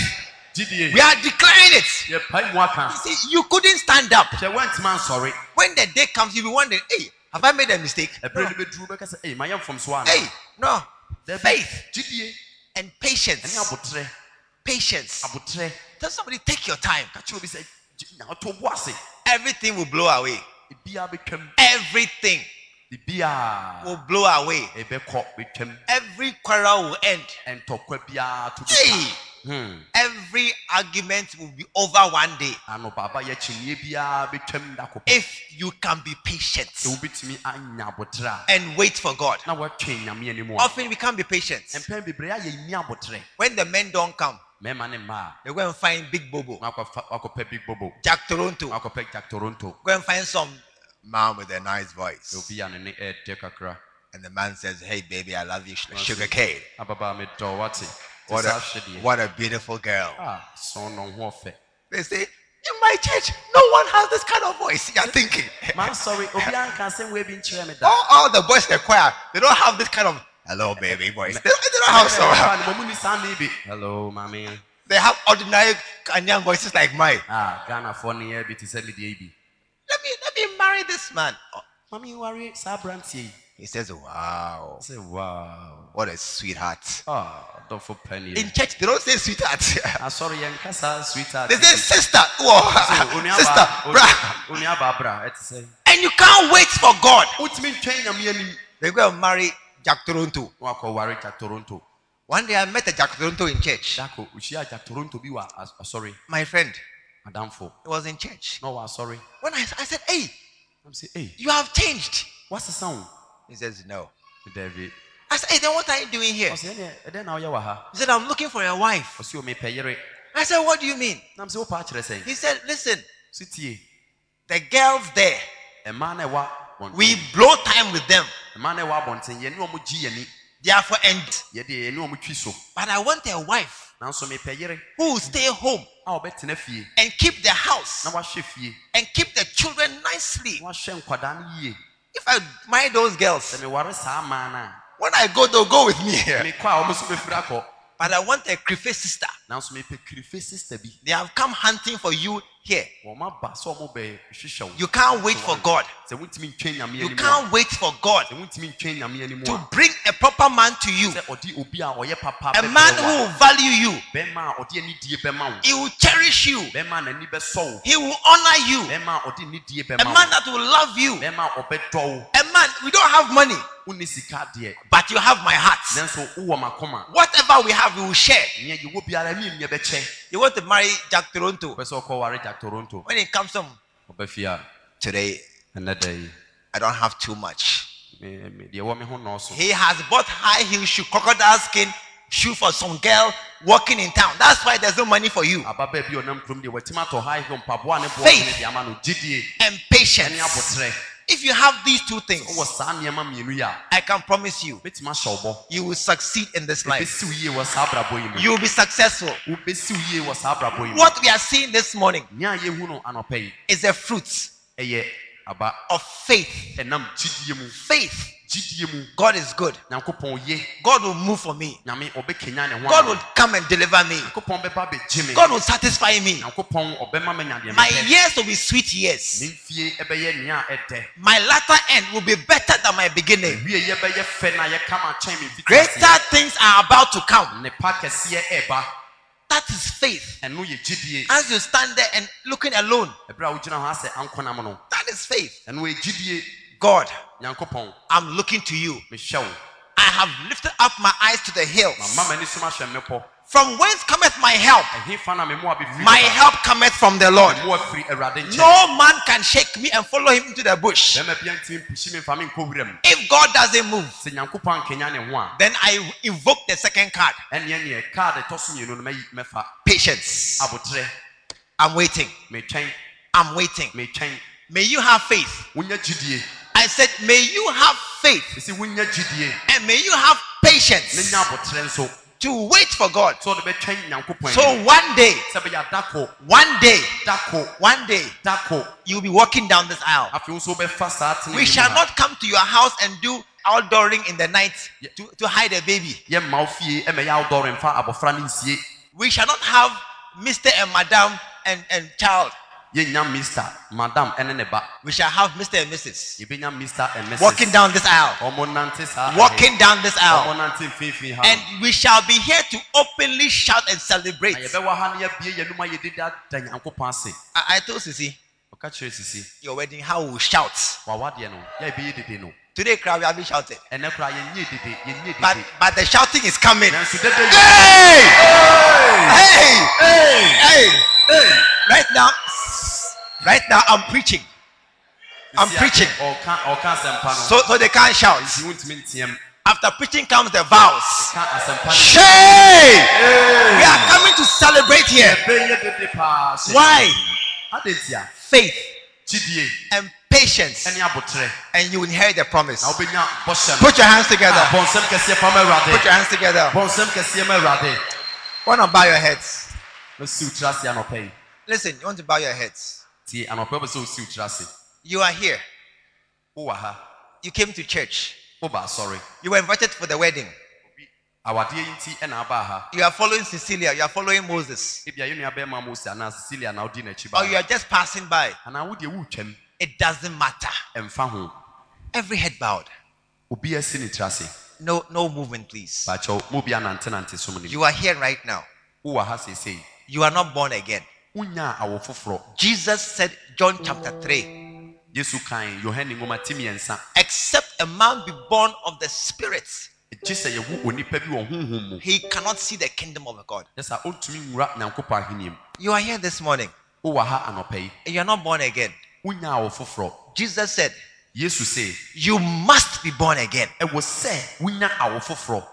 Speaker 2: gyidie
Speaker 3: We are declaring it.
Speaker 2: yɛpae mu aka
Speaker 3: See, you couldn't stand up.
Speaker 2: hwɛ woantima nsɔre
Speaker 3: When the day comes, you'll be wondering, hey, have I made a mistake?
Speaker 2: ɛberɛ no bɛduru bɛka sɛ ei mayɛ mfomsoɔ ana
Speaker 3: Hey, no.
Speaker 2: Dabi,
Speaker 3: Faith
Speaker 2: gyidie
Speaker 3: and
Speaker 2: ɛne
Speaker 3: patience.
Speaker 2: abotrɛ
Speaker 3: Patience.
Speaker 2: abotrɛ
Speaker 3: Tell somebody, take your time.
Speaker 2: ka kyerɛ obi sɛ "Gye- nya ɔtɔ bo ase
Speaker 3: Everything will blow away.
Speaker 2: ebiaa bɛtwam
Speaker 3: Everything
Speaker 2: ebiaa
Speaker 3: will blow away.
Speaker 2: ɛbɛkɔ bɛtwam
Speaker 3: Every quarrel will end.
Speaker 2: ɛntɔkwa biaa to
Speaker 3: Hey,
Speaker 2: bɛka
Speaker 3: every argument will be over one day.
Speaker 2: anɔbaaba yɛkyinneɛ biaa bɛtwam da kɔ
Speaker 3: If you can be patient
Speaker 2: sɛ wobɛtumi anya abotrɛ a
Speaker 3: and wait for God.
Speaker 2: na wɔatwe nyame anim a
Speaker 3: Often we can't be patient.
Speaker 2: mpɛn bebree a yɛnni abotrɛ
Speaker 3: When the men don't come,
Speaker 2: mmarima ne mmaa
Speaker 3: they go and find Big Bobo,
Speaker 2: a wakɔfa- wakɔpɛ big bobo
Speaker 3: Jack Toronto,
Speaker 2: wakɔpɛ jack toronto
Speaker 3: go and find some man with a nice voice.
Speaker 2: obi a ne ne ɛɛdɛ kakra
Speaker 3: And the man says, Hey, baby, I love you. She's like, Sugar cane.
Speaker 2: ababaa medɔ wate
Speaker 3: What
Speaker 2: saa
Speaker 3: a,
Speaker 2: hwɛ deɛ
Speaker 3: what a beautiful girl.
Speaker 2: a sɔn Ah, no ho ɔfɛ
Speaker 3: They say, In my church, no one has this kind of voice. You're thinking.
Speaker 2: mansɔre obiaa nka asɛm wei bi nkyerɛ me da
Speaker 3: All, all the boys in the choir, they don't have this kind of hello, baby voice. They, don't- they don't
Speaker 2: Eh,
Speaker 3: have so.
Speaker 2: mamuni saa ne bi hello mame
Speaker 3: They have ordinary Ghanaian voices like mine.
Speaker 2: a ghanafoɔ ne yɛ eh, bi te sɛ medeɛ yi bi
Speaker 3: Let me, let me marry this man. Oh,
Speaker 2: mame ware saa aberanteɛ yi
Speaker 3: He says, Wow,
Speaker 2: sɛ wow
Speaker 3: what a sweetheart.
Speaker 2: Ah, dɔfo
Speaker 3: In
Speaker 2: pɛne
Speaker 3: church, they don't say sweetheart.
Speaker 2: asɔre yɛnka saa sweetheart
Speaker 3: They
Speaker 2: yi
Speaker 3: say
Speaker 2: bi.
Speaker 3: sister, whoa,
Speaker 2: Sɛ
Speaker 3: sister,
Speaker 2: onuaba- onu-
Speaker 3: bruh.
Speaker 2: onuaba bra ɛte sɛ
Speaker 3: And you can't wait for God.
Speaker 2: wotumi ntwɛn nyame anim
Speaker 3: They go and marry Jack Toronto.
Speaker 2: na wakɔware gya toronto
Speaker 3: One day I met a Jack Toronto in church.
Speaker 2: dako wohyia gya toronto ah, bi wɔ as- asɔre
Speaker 3: My friend,
Speaker 2: adamfo
Speaker 3: he was in church.
Speaker 2: na ɔwɔ asɔre
Speaker 3: When I, I said, hey,
Speaker 2: nam sɛ ei
Speaker 3: you have changed.
Speaker 2: wasesa wo
Speaker 3: He says, no.
Speaker 2: david
Speaker 3: I said, hey, then what are you doing here? He
Speaker 2: ɔsɛ ɛneɛ ɛdɛn na woyɛ wɔ ha
Speaker 3: said, I'm looking for a wife.
Speaker 2: ɔsɛ omepɛ yere
Speaker 3: I said, what do you mean?
Speaker 2: nam "Oh, sɛ wopaa kyerɛ sɛn
Speaker 3: He said, listen,
Speaker 2: so tie
Speaker 3: the girls there,
Speaker 2: ɛmaa na ɛwɔ
Speaker 3: we
Speaker 2: abɔnten
Speaker 3: blow time with them.
Speaker 2: ɛmaa na ɛwɔ abɔnten yɛne ɔmo gye yɛni
Speaker 3: They are for end.
Speaker 2: yɛde yɛne ɔmo twi so
Speaker 3: But I want a wife
Speaker 2: nanso mepɛ yere
Speaker 3: who will stay home
Speaker 2: a ɔbɛtena fie
Speaker 3: and keep the house
Speaker 2: na wahwɛ fie
Speaker 3: and keep the children nicely.
Speaker 2: na wahwɛ nkwadaa no yie
Speaker 3: If I marry those
Speaker 2: sɛ
Speaker 3: girls,
Speaker 2: meware saa maa no a
Speaker 3: when I go, they'll go with me here.
Speaker 2: mekɔ a ɔmo so bɛfiri akɔ
Speaker 3: But I want a creepy sister.
Speaker 2: nanso mepɛ kirife sister bi
Speaker 3: They have come hunting for you here.
Speaker 2: wɔma ba sɛ ɔmo bɛ hwehwɛ wo
Speaker 3: You can't wait for God.
Speaker 2: sɛ wontumi ntwɛn nyame
Speaker 3: You
Speaker 2: anim a
Speaker 3: can't wait for God
Speaker 2: sɛ wontumi ntwɛn nyame anim
Speaker 3: to
Speaker 2: a
Speaker 3: bring a proper man to you.
Speaker 2: sɛ ɔde obi a ɔyɛ papa
Speaker 3: A man who will value you.
Speaker 2: bɛma a ɔde anidie bɛma wo
Speaker 3: He will cherish you.
Speaker 2: bɛma a n'ani bɛsɔ wo
Speaker 3: He will honor you.
Speaker 2: bɛma a ɔde anidie
Speaker 3: A
Speaker 2: bɛma
Speaker 3: man
Speaker 2: wo
Speaker 3: that will love you.
Speaker 2: bɛma a ɔbɛdɔ wo
Speaker 3: A man, we don't have money,
Speaker 2: wonni sika deɛ
Speaker 3: but you have my heart.
Speaker 2: nanso wowɔ makoma
Speaker 3: Whatever we have, we will share.
Speaker 2: neɛ yɛwɔ biara mi mmiɛ bɛkyɛ
Speaker 3: You want to marry Jack Toronto.
Speaker 2: wopɛ sɛ ɔkɔware gya toronto
Speaker 3: When it comes home,
Speaker 2: ɔbɛfi a
Speaker 3: today
Speaker 2: ɛnɛ da yi
Speaker 3: I don't have too much.
Speaker 2: me- me- deɛ wɔ me ho nɔɔso
Speaker 3: He has bought high heel shoe, crocodile skin shoe for some girl walking in town. That's why there's no money for you.
Speaker 2: ababaa bi a ɔnam kurom deɛ watumi atɔ high hill mpaboa ne
Speaker 3: Faith.
Speaker 2: boɔ ne de ama no gyidie
Speaker 3: And
Speaker 2: ɛne
Speaker 3: patience.
Speaker 2: abotrɛ
Speaker 3: If you have these two
Speaker 2: wowɔ
Speaker 3: things,
Speaker 2: saa nneɛma mmienu yi a
Speaker 3: I can promise you,
Speaker 2: bɛtumi ahyɛ wo bɔ
Speaker 3: you will succeed in this life.
Speaker 2: bɛsiw yie wɔ saa abrabɔ yi mu
Speaker 3: You will be successful.
Speaker 2: wobɛsiw yie wɔ saa abrabɔ yi mu
Speaker 3: What we are seeing this morning
Speaker 2: nea yɛhu no anɔpa yi
Speaker 3: is a fruit
Speaker 2: ɛyɛ aba
Speaker 3: of faith.
Speaker 2: ɛnam gyidie mu
Speaker 3: Faith.
Speaker 2: gyidie mu
Speaker 3: God is good.
Speaker 2: nyankopɔn ye
Speaker 3: God will move for me.
Speaker 2: nyame ɔbɛkenya ne ho
Speaker 3: God will
Speaker 2: ano.
Speaker 3: come and deliver me.
Speaker 2: nyankopɔn bɛba bɛgye me
Speaker 3: God will satisfy me.
Speaker 2: nyankopɔn ɔbɛma me nyadeɛ
Speaker 3: My
Speaker 2: mepɛ.
Speaker 3: years will be sweet
Speaker 2: me
Speaker 3: years.
Speaker 2: mfie ɛbɛyɛ nea ɛdɛ
Speaker 3: My latter end will be better than my beginning.
Speaker 2: wie yɛ bɛyɛ fɛ na yɛkama kyɛn me mfiti
Speaker 3: Greater things are about to come.
Speaker 2: ase. nepa kɛseɛ ɛba
Speaker 3: That is faith.
Speaker 2: ɛno yɛ gyidie
Speaker 3: As you stand there and looking alone,
Speaker 2: ɛberɛ a wogyina hɔ asɛ ankonam no
Speaker 3: that is faith.
Speaker 2: ɛno yɛ gyidie
Speaker 3: God,
Speaker 2: nyankopɔn
Speaker 3: I'm looking to you.
Speaker 2: mehwɛ wo
Speaker 3: I have lifted up my eyes to the
Speaker 2: mama
Speaker 3: hills.
Speaker 2: m'ani som ahwɛ mmepɔ
Speaker 3: From whence cometh my help?
Speaker 2: ɛhefa na me mmoa bɛfiri
Speaker 3: My help cometh from the Lord.
Speaker 2: mmoa firi awurade nkyɛn
Speaker 3: No man can shake me and follow him into the bush.
Speaker 2: bɛma bia ntimi mpuhyi me mfa me nkɔ wura mu
Speaker 3: If God doesn't move,
Speaker 2: sɛ nyankopɔn ankenya ne ho a
Speaker 3: then I invoke the second card
Speaker 2: ɛneɛ neɛ kaa de tɔ so mmienu no mɛyi mɛfa
Speaker 3: patience.
Speaker 2: abotrɛ
Speaker 3: I'm waiting.
Speaker 2: metwɛn
Speaker 3: I'm waiting.
Speaker 2: metwɛn
Speaker 3: May you have faith.
Speaker 2: wonya gyidie
Speaker 3: I said, May you have faith
Speaker 2: ɛsi wonya gyidie
Speaker 3: and may you have
Speaker 2: ne
Speaker 3: patience.
Speaker 2: nya abotrɛ nso
Speaker 3: to wait for God.
Speaker 2: sɛ ɔde bɛtwɛn nyankopɔn
Speaker 3: So
Speaker 2: anim.
Speaker 3: one day,
Speaker 2: sɛ bɛyɛ adako
Speaker 3: one day,
Speaker 2: dako
Speaker 3: one day,
Speaker 2: dako
Speaker 3: you'll be walking down this aisle.
Speaker 2: afei wo nso wobɛfa saa tene
Speaker 3: We shall not come to your house and do outdooring in the night to, to hide a baby.
Speaker 2: yɛmma wo fie ɛmɛyɛ awodɔre mfa abɔfra no nsie
Speaker 3: We shall not have Mr. and Madam and, and child.
Speaker 2: yɛnya mr madam ɛne ne ba
Speaker 3: We shall have Mr. and Mrs.
Speaker 2: yɛbɛnya mr and mrs
Speaker 3: Walking down this aisle.
Speaker 2: ɔmo nante saa
Speaker 3: Walking down this
Speaker 2: ɔmo
Speaker 3: aisle.
Speaker 2: nante mfimfini ha
Speaker 3: And
Speaker 2: no.
Speaker 3: we shall be here to openly shout and celebrate.
Speaker 2: na yɛbɛwɔ ha no yɛabue yɛnum a yɛdeda da nyankopɔn ase
Speaker 3: I, I told Sissy,
Speaker 2: ɔka kyerɛ sisi
Speaker 3: your wedding, how we shout.
Speaker 2: wawadeɛ no yɛabɛyɛ dede no
Speaker 3: Today, crowd, we haven't shouted.
Speaker 2: ɛnɛ koraa yɛnyɛ dede yɛnyɛ
Speaker 3: But,
Speaker 2: dede
Speaker 3: but the shouting is coming.
Speaker 2: nanso dede
Speaker 3: Hey! Hey! Hey! Right now, right now, I'm preaching. I'm
Speaker 2: Sisi a,
Speaker 3: preaching.
Speaker 2: ɔka ɔka asɛmpa no
Speaker 3: So, so they can't shout.
Speaker 2: nti wontumi nteɛm
Speaker 3: After preaching comes the vows.
Speaker 2: ka asɛmpa no
Speaker 3: Shay! We are coming to celebrate here
Speaker 2: ɛbɛyɛ dede paa hyɛ
Speaker 3: Why?
Speaker 2: adɛn nti a
Speaker 3: faith
Speaker 2: gyidie
Speaker 3: and patience,
Speaker 2: ɛne abotrɛ
Speaker 3: and you inherit the promise.
Speaker 2: na Ah, wobɛnya bɔhyɛ no
Speaker 3: Put your hands together.
Speaker 2: bɔnsɛm kɛseɛ pam
Speaker 3: Put
Speaker 2: awurade
Speaker 3: your hands together.
Speaker 2: bɔnsɛm kɛseɛ ma awurade
Speaker 3: Why not bow your heads?
Speaker 2: masiw tiri ase anɔpa yi
Speaker 3: Listen, you want to bow your heads.
Speaker 2: tie anɔpa bɛ sɛ osiw tiri ase
Speaker 3: You are here.
Speaker 2: wowɔ ha
Speaker 3: You came to church.
Speaker 2: woba asɔre
Speaker 3: You were invited for the wedding.
Speaker 2: awadeɛ yi nti ɛna aba e ha E
Speaker 3: You are following Cecilia. You are following Moses.
Speaker 2: ebia yɛ nuabɛrima mose anaa cecilia na wodi n'akyi
Speaker 3: Or you
Speaker 2: ba
Speaker 3: are just passing by.
Speaker 2: anaa wodeɛ woretwam
Speaker 3: It doesn't matter.
Speaker 2: ɛmfa ho
Speaker 3: Every head bowed.
Speaker 2: obi e asi ne tiri ase
Speaker 3: No, no movement, please.
Speaker 2: baakyɛw ma obi anantenante som ne
Speaker 3: You are here right now.
Speaker 2: wowɔ ha seesei
Speaker 3: You are not born again.
Speaker 2: wonyaa awo foforɔ
Speaker 3: Jesus said, John chapter 3,
Speaker 2: yesu kan yohane nwoma ti mmiɛnsa
Speaker 3: except a man be born of the Spirit,
Speaker 2: gye sɛ yɛwu onipa bi wɔ honhom mu
Speaker 3: he cannot see the kingdom of God.
Speaker 2: yɛ sɛ ɔntumi nwura nyankopɔn ahenni mu
Speaker 3: You are here this morning
Speaker 2: wowɔ ha anɔpa yi
Speaker 3: and you are not born again.
Speaker 2: wonyaa awo foforɔ
Speaker 3: Jesus said,
Speaker 2: yesu se
Speaker 3: You must be born again.
Speaker 2: ɛwɔ sɛ wonya awo foforɔ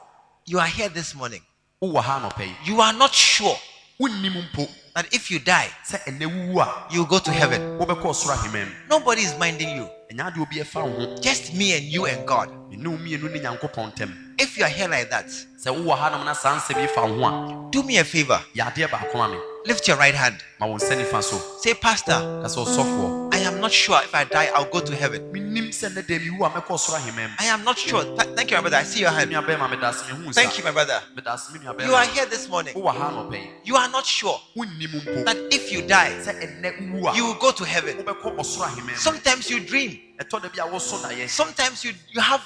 Speaker 3: You are here this morning.
Speaker 2: wowɔ ha anɔpa yi
Speaker 3: You are not sure
Speaker 2: wonnim mpo
Speaker 3: that if you die,
Speaker 2: sɛ ɛnɛ wuwu a
Speaker 3: you go to heaven.
Speaker 2: wobɛkɔ ɔsoro ahema mu
Speaker 3: Nobody is minding you.
Speaker 2: ɛnya de obi ɛfa wo ho
Speaker 3: Just me and you and God.
Speaker 2: mene wo mmienu ne nyankopɔn ntam
Speaker 3: If you are here like that,
Speaker 2: sɛ wowɔ ha nom na saa nsɛm yi fa wo ho a
Speaker 3: do me a favor.
Speaker 2: yɛ adeɛ baako ma me
Speaker 3: Lift your right hand.
Speaker 2: ma wo nsa nifa so
Speaker 3: Say, Pastor,
Speaker 2: ka sɛ ɔsɔfoɔ
Speaker 3: I am not sure if I die, I'll go to heaven.
Speaker 2: menim sɛ nɛ da mewu a mɛkɔ ɔsoro ahema mu
Speaker 3: I am not sure. Th- thank you, my brother. I see your hand.
Speaker 2: nuabɛrima medase mehu
Speaker 3: Thank you, my brother.
Speaker 2: medase me
Speaker 3: You are
Speaker 2: nuabɛrima
Speaker 3: here this morning.
Speaker 2: wowɔ ha anɔpa yi
Speaker 3: You are not sure
Speaker 2: wonnim mpo
Speaker 3: that if you die,
Speaker 2: sɛ ɛnɛ wuwu a
Speaker 3: you will go to heaven.
Speaker 2: wobɛkɔ ɔsoro ahema mu
Speaker 3: Sometimes you dream.
Speaker 2: ɛtɔ da bi a woso dayɛ
Speaker 3: Sometimes you, you have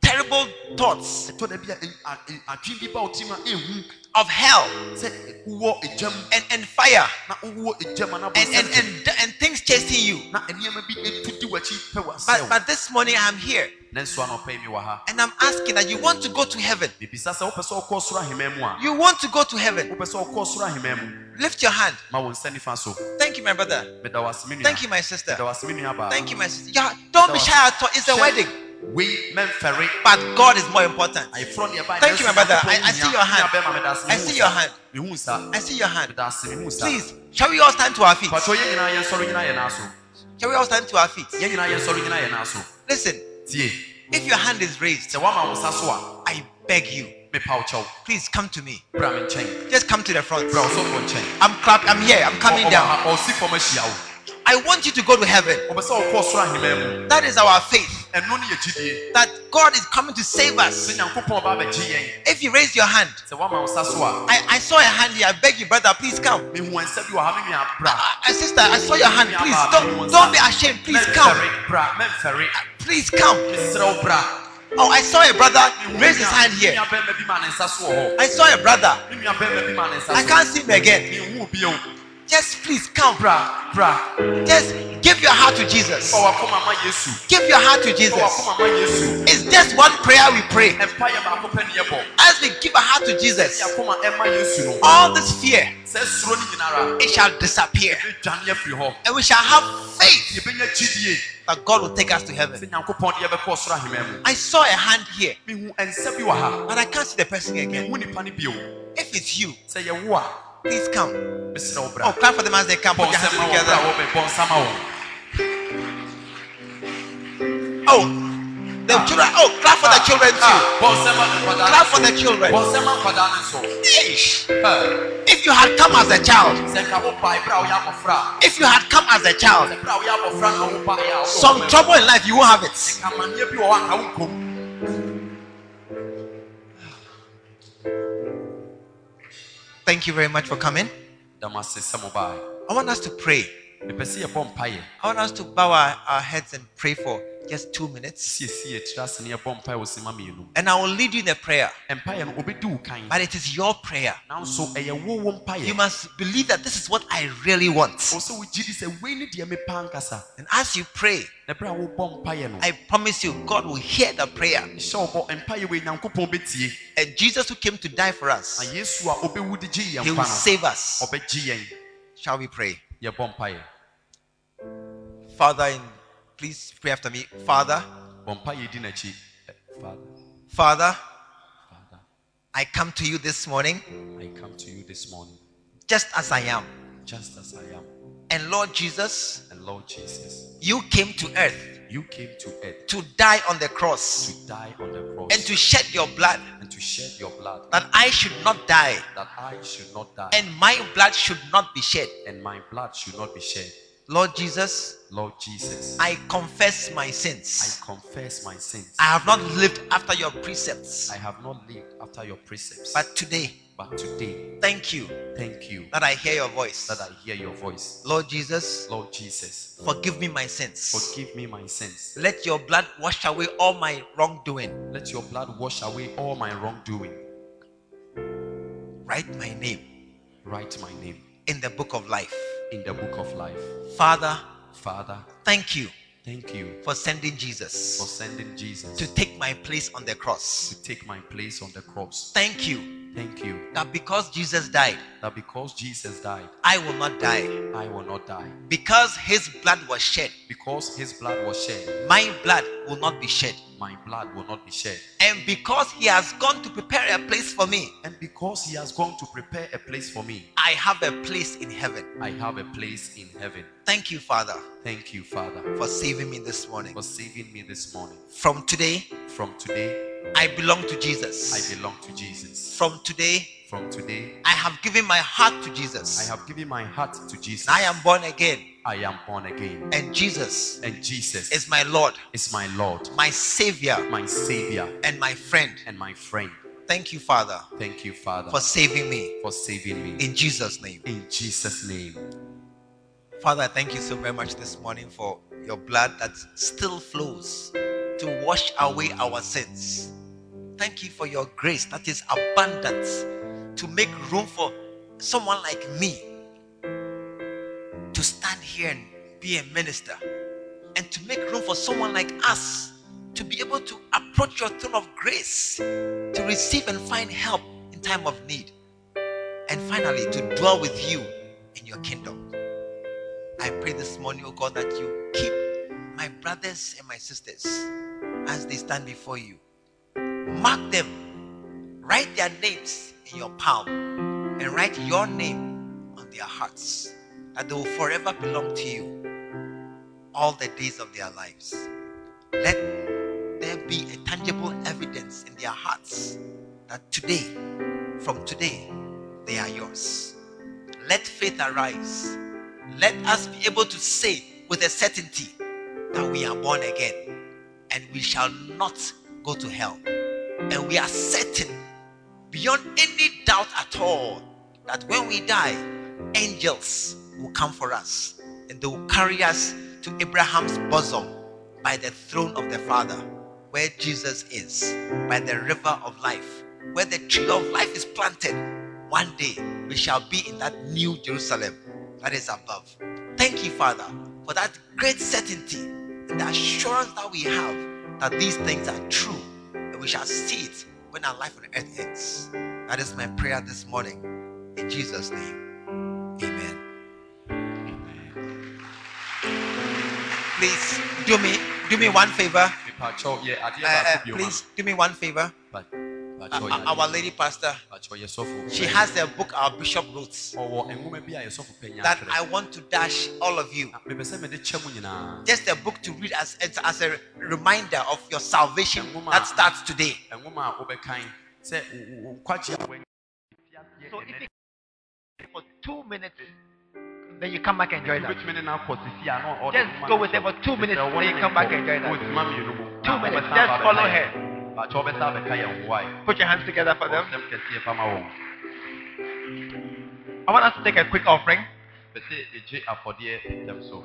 Speaker 3: terrible thoughts
Speaker 2: ɛtɔ da bi a ɛn- a- ɛn- adwe bi ba wo tim a ɛhu
Speaker 3: of hell
Speaker 2: sɛ wowɔ agyam
Speaker 3: and, and fire
Speaker 2: na wowɔ agyam anabɔ
Speaker 3: and, and,
Speaker 2: sɛ
Speaker 3: and, and things chasing you.
Speaker 2: na nneɛma bi ɛtudi w'akyi pɛ
Speaker 3: But,
Speaker 2: w'asɛw
Speaker 3: but this morning I'm here
Speaker 2: nanso anɔpa yi mewɔ ha
Speaker 3: and I'm asking that you want to go to heaven.
Speaker 2: mebisa sɛ wopɛ sɛ ɔkɔ ɔsoro ahema mu a
Speaker 3: You want to go to heaven.
Speaker 2: wopɛ sɛ ɔkɔ ɔsoro ahema mu
Speaker 3: Lift your hand.
Speaker 2: ma wo nsa nifa so
Speaker 3: Thank you, my brother.
Speaker 2: meda waseme nua
Speaker 3: Thank you, my sister.
Speaker 2: meda waseme nua baa
Speaker 3: Thank you, my sister. Yeah, don't be shy at all. It's a
Speaker 2: Hyɛ-
Speaker 3: wedding.
Speaker 2: wei mɛmfɛre
Speaker 3: But God is more important.
Speaker 2: ayeforɔ ne ɛba
Speaker 3: Thank you, my brother. I- I see your hand. I see your hand.
Speaker 2: mehu sa
Speaker 3: I see your hand.
Speaker 2: meda ase mehu sa
Speaker 3: Please, shall we all stand to our feet?
Speaker 2: patɔ yɛn nyinaa yɛn sɔre nyinaa yɛn aso
Speaker 3: Shall we all stand to our feet?
Speaker 2: yɛn nyinaa yɛn sɔre nyinaa yɛn aso
Speaker 3: Listen,
Speaker 2: tie
Speaker 3: if your hand is raised,
Speaker 2: sɛ woama wo sa so a
Speaker 3: I beg you,
Speaker 2: mepa wo kyɛw
Speaker 3: please come to me.
Speaker 2: bra me nkyɛn
Speaker 3: Just come to the front.
Speaker 2: bra ɔsɔfoɔ nkyɛn
Speaker 3: I'm clap. I'm here. I'm coming down.
Speaker 2: ɔsi fam ahyia wo
Speaker 3: I want you to go to heaven.
Speaker 2: ɔbɛ sɛ ɔkɔ ɔsoro ahema mu
Speaker 3: That is our faith.
Speaker 2: ɛno ne yɛ gyidie
Speaker 3: That God is coming to save
Speaker 2: sɛ
Speaker 3: us.
Speaker 2: nyankopɔn ɔba abɛgye yɛn
Speaker 3: If you raise your hand,
Speaker 2: sɛ woama wo sa so a
Speaker 3: I, I saw a hand here. I beg you, brother, please come.
Speaker 2: mehu wɔn nsa bi wɔ ha me nua bra
Speaker 3: I, I- sister, I saw your hand. Please don't don't be ashamed. Please come.
Speaker 2: Mɛmfɛre, bra mɛmfɛre
Speaker 3: Please come.
Speaker 2: meserɛ wo bra
Speaker 3: Oh, I saw a brother
Speaker 2: Me
Speaker 3: raise his hand
Speaker 2: Me
Speaker 3: here.
Speaker 2: nua bɛrima bi ma ne nsa so wɔ hɔ
Speaker 3: I saw a brother.
Speaker 2: Me nua bɛrima bi ma ne nsa so
Speaker 3: I can't see him again.
Speaker 2: mehu bio
Speaker 3: Just please come.
Speaker 2: bra bra
Speaker 3: Just give your heart to Jesus.
Speaker 2: fa wakoma ma yesu
Speaker 3: Give your heart to
Speaker 2: fa
Speaker 3: Jesus.
Speaker 2: wakoma ma yesu
Speaker 3: It's just one prayer we pray.
Speaker 2: ɛmpa yɛ baako pɛ ne yɛbɔ
Speaker 3: As we give our heart to
Speaker 2: sɛ
Speaker 3: Jesus,
Speaker 2: yɛakoma ɛma yesu no
Speaker 3: all this fear
Speaker 2: sɛ suro no nyinara
Speaker 3: it shall disappear,
Speaker 2: ɛdwane afiri hɔ
Speaker 3: and we shall have faith
Speaker 2: yɛbɛnya gyidie
Speaker 3: that God will take us to
Speaker 2: sɛ
Speaker 3: heaven.
Speaker 2: nyankopɔn de yɛbɛkɔ ɔsoro ahema mu
Speaker 3: I saw a hand here,
Speaker 2: mehu ɛnsa bi wɔ ha
Speaker 3: but I can't see the person again.
Speaker 2: mehu nipa no bio
Speaker 3: If it's you,
Speaker 2: sɛ yɛwo a
Speaker 3: please come.
Speaker 2: meserɛ wo
Speaker 3: Oh,
Speaker 2: bra
Speaker 3: clap for the man they come. Put your
Speaker 2: bɔnsɛm ma
Speaker 3: hands
Speaker 2: wɔ bra
Speaker 3: together.
Speaker 2: wɔ bɛ bɔnsam a wɔ
Speaker 3: Oh, The children, oh, clap for the children too.
Speaker 2: Bɔnsɛma Ah, nkwadaa
Speaker 3: Clap for
Speaker 2: no
Speaker 3: the
Speaker 2: nso.
Speaker 3: children.
Speaker 2: Bɔnsɛma nkwadaa no nso.
Speaker 3: Yeesh.
Speaker 2: Ɛɛ,
Speaker 3: If you had come as a child,
Speaker 2: sɛ nka wopa ɛberɛ a woyɛ abɔfra
Speaker 3: if you had come as a
Speaker 2: a,
Speaker 3: child,
Speaker 2: ɛberɛ a woyɛ abɔfra na wopa ɛ a, wodɔ
Speaker 3: some
Speaker 2: wo mma mu.
Speaker 3: trouble in life you won't have it.
Speaker 2: Nka amanneɛ bi wɔ hɔ a nka wonkɔ mu.
Speaker 3: Thank you very much for coming.
Speaker 2: Dam ase sɛ mobaeɛ.
Speaker 3: I want us to pray.
Speaker 2: Mepɛ sɛ yɛbɔ mpaeɛ.
Speaker 3: I want us to bow our, our heads and pray for just two minutes.
Speaker 2: Siesie yɛtiri ase na yɛbɔ mpaeɛ wɔ sema mmienu.
Speaker 3: And I will lead you in a prayer.
Speaker 2: Mpaeɛ no, obɛdi wo kan.
Speaker 3: But it is your prayer.
Speaker 2: Nanso, ɛyɛ wo wo mpaeɛ.
Speaker 3: You must believe that this is what I really want.
Speaker 2: Ɔwɔ sɛ wogye di sɛ wei ne deɛ mepɛ ankasa.
Speaker 3: And as you pray,
Speaker 2: Na ɛberɛ a wobɔ mpaeɛ no,
Speaker 3: I promise you, God will hear the prayer.
Speaker 2: mehyɛ wo bɔ, mpaeɛ wei Nyankopɔn bɛtie.
Speaker 3: And Jesus, who came to die for
Speaker 2: Na
Speaker 3: us,
Speaker 2: Yesu a ɔbɛwu de gyee yɛn
Speaker 3: He will
Speaker 2: nkwa no,
Speaker 3: save us.
Speaker 2: ɔbɛgye yɛn.
Speaker 3: Shall we pray?
Speaker 2: Yɛbɔ mpaeɛ.
Speaker 3: Father, in, please pray after me. Father,
Speaker 2: Bɔ mpaeɛ di n'akyi. Ɛ, Father,
Speaker 3: Father,
Speaker 2: Father,
Speaker 3: I come to you this morning
Speaker 2: I come to you this morning,
Speaker 3: just as I am.
Speaker 2: just as I am.
Speaker 3: And Lord Jesus,
Speaker 2: And Lord Jesus,
Speaker 3: you came to earth
Speaker 2: you came to earth
Speaker 3: to die on the cross
Speaker 2: to die on the cross
Speaker 3: and to shed your blood
Speaker 2: and to shed your blood
Speaker 3: that I should not die
Speaker 2: that I should not die
Speaker 3: and my blood should not be shed.
Speaker 2: and my blood should not be shed.
Speaker 3: Lord Jesus,
Speaker 2: Lord Jesus,
Speaker 3: I confess my
Speaker 2: I
Speaker 3: sins.
Speaker 2: confess my sins.
Speaker 3: I have not lived after your precepts.
Speaker 2: I have not lived after your precepts.
Speaker 3: But today,
Speaker 2: But today,
Speaker 3: thank you
Speaker 2: thank you
Speaker 3: that I hear your voice.
Speaker 2: that I hear your voice.
Speaker 3: Lord Jesus,
Speaker 2: Lord Jesus,
Speaker 3: forgive me my sins.
Speaker 2: forgive me my sins.
Speaker 3: Let your blood wash away all my wrongdoing.
Speaker 2: Let your blood wash away all my wrongdoing.
Speaker 3: Write my name
Speaker 2: Write my name
Speaker 3: in the book of life.
Speaker 2: in the book of life.
Speaker 3: Father,
Speaker 2: Father,
Speaker 3: thank you
Speaker 2: thank you
Speaker 3: for sending
Speaker 2: for
Speaker 3: Jesus
Speaker 2: sending Jesus
Speaker 3: to take my place on the cross.
Speaker 2: to take my place on the cross.
Speaker 3: Thank you
Speaker 2: Thank you
Speaker 3: that because Jesus died,
Speaker 2: that because Jesus died,
Speaker 3: I will not die.
Speaker 2: I will not die.
Speaker 3: Because his blood was shed,
Speaker 2: Because his blood was shed,
Speaker 3: my blood will not be shed.
Speaker 2: my blood will not be shed.
Speaker 3: And because he has gone to prepare a place for me,
Speaker 2: And because he has gone to prepare a place for me,
Speaker 3: I have a place in heaven.
Speaker 2: I have a place in heaven.
Speaker 3: Thank you, Father,
Speaker 2: Thank you, Father,
Speaker 3: for saving me this morning.
Speaker 2: for saving me this morning.
Speaker 3: From today,
Speaker 2: From today,
Speaker 3: I belong to
Speaker 2: I
Speaker 3: Jesus.
Speaker 2: belong to Jesus.
Speaker 3: From today,
Speaker 2: From today,
Speaker 3: I have given my heart to
Speaker 2: I
Speaker 3: Jesus.
Speaker 2: have given my heart to Jesus.
Speaker 3: I am born again,
Speaker 2: I am born again.
Speaker 3: and Jesus
Speaker 2: And Jesus
Speaker 3: is my Lord,
Speaker 2: is my Lord,
Speaker 3: my Savior,
Speaker 2: my Savior,
Speaker 3: and my friend.
Speaker 2: and my friend.
Speaker 3: Thank you, Father,
Speaker 2: Thank you, Father,
Speaker 3: for saving me
Speaker 2: for saving me.
Speaker 3: in Jesus' name.
Speaker 2: In Jesus' name.
Speaker 3: Father, I thank you so very much this morning for your blood that still flows to wash away our sins. Thank you for your grace that is abundant to make room for someone like me to stand here and be a minister and to make room for someone like us to be able to approach your throne of grace to receive and find help in time of need and finally to dwell with you in your kingdom. I pray this morning, oh God, that you keep my brothers and my sisters as they stand before you. Mark them, write their names in your palm, and write your name on their hearts, that they will forever belong to you all the days of their lives. Let there be a tangible evidence in their hearts that today, from today, they are yours. Let faith arise. Let us be able to say with a certainty that we are born again and we shall not go to hell. And we are certain beyond any doubt at all that when we die, angels will come for us and they will carry us to Abraham's bosom by the throne of the Father, where Jesus is, by the river of life, where the tree of life is planted. One day we shall be in that new Jerusalem that is above. Thank you, Father, for that great certainty and the assurance that we have that these things are true and we shall see it when our life on earth ends. That is my prayer this morning. In Jesus' name, amen. Please do me do me one favor.
Speaker 2: Mepa kyɛw, yɛ adeɛ
Speaker 3: Uh, uh,
Speaker 2: baako bio ma me.
Speaker 3: please do me one favor. Uh,
Speaker 2: But- Bakyɛ ɔyɛ
Speaker 3: Our lady pastor,
Speaker 2: Bakyɛ ɔyɛ sɔfo.
Speaker 3: she has a book our bishop wrote
Speaker 2: ɔwɔ nwoma bi a yɛsɔfo panyin
Speaker 3: that I
Speaker 2: atwerɛ.
Speaker 3: want to dash all of you.
Speaker 2: Na mepɛ sɛ mede kyɛ mu nyinaa.
Speaker 3: Just a book to read as, as, as a reminder of your salvation that starts today.
Speaker 2: Nwoma a wobɛkan sɛ wo- wo- wo nkwagye a woanya-
Speaker 4: So if you for two minutes, then you come back and enjoy that.
Speaker 2: wobɛtumi ne no akɔ sisi a na ɔde
Speaker 4: Just
Speaker 2: nwoma
Speaker 4: go
Speaker 2: no
Speaker 4: with
Speaker 2: hyɛ.
Speaker 4: her for two minutes,
Speaker 2: Sɛ
Speaker 4: then you
Speaker 2: wɔne
Speaker 4: come
Speaker 2: no
Speaker 4: back
Speaker 2: kɔ,
Speaker 4: and join us.
Speaker 2: wɔntumi ama mmienu mu.
Speaker 4: Two
Speaker 2: Na
Speaker 4: minutes,
Speaker 2: wɔbɛsan
Speaker 4: just
Speaker 2: aba
Speaker 4: follow
Speaker 2: abɛka
Speaker 4: her.
Speaker 2: yɛn. Bakyɛ wɔbɛsan abɛka yɛn ho ayɛ.
Speaker 4: Put your hands together for them.
Speaker 2: Ɔsɛm kɛseɛ pama wɔn.
Speaker 4: I want us to take a quick offering.
Speaker 2: Mepɛ sɛ yɛgye afɔdeɛ ntɛm so.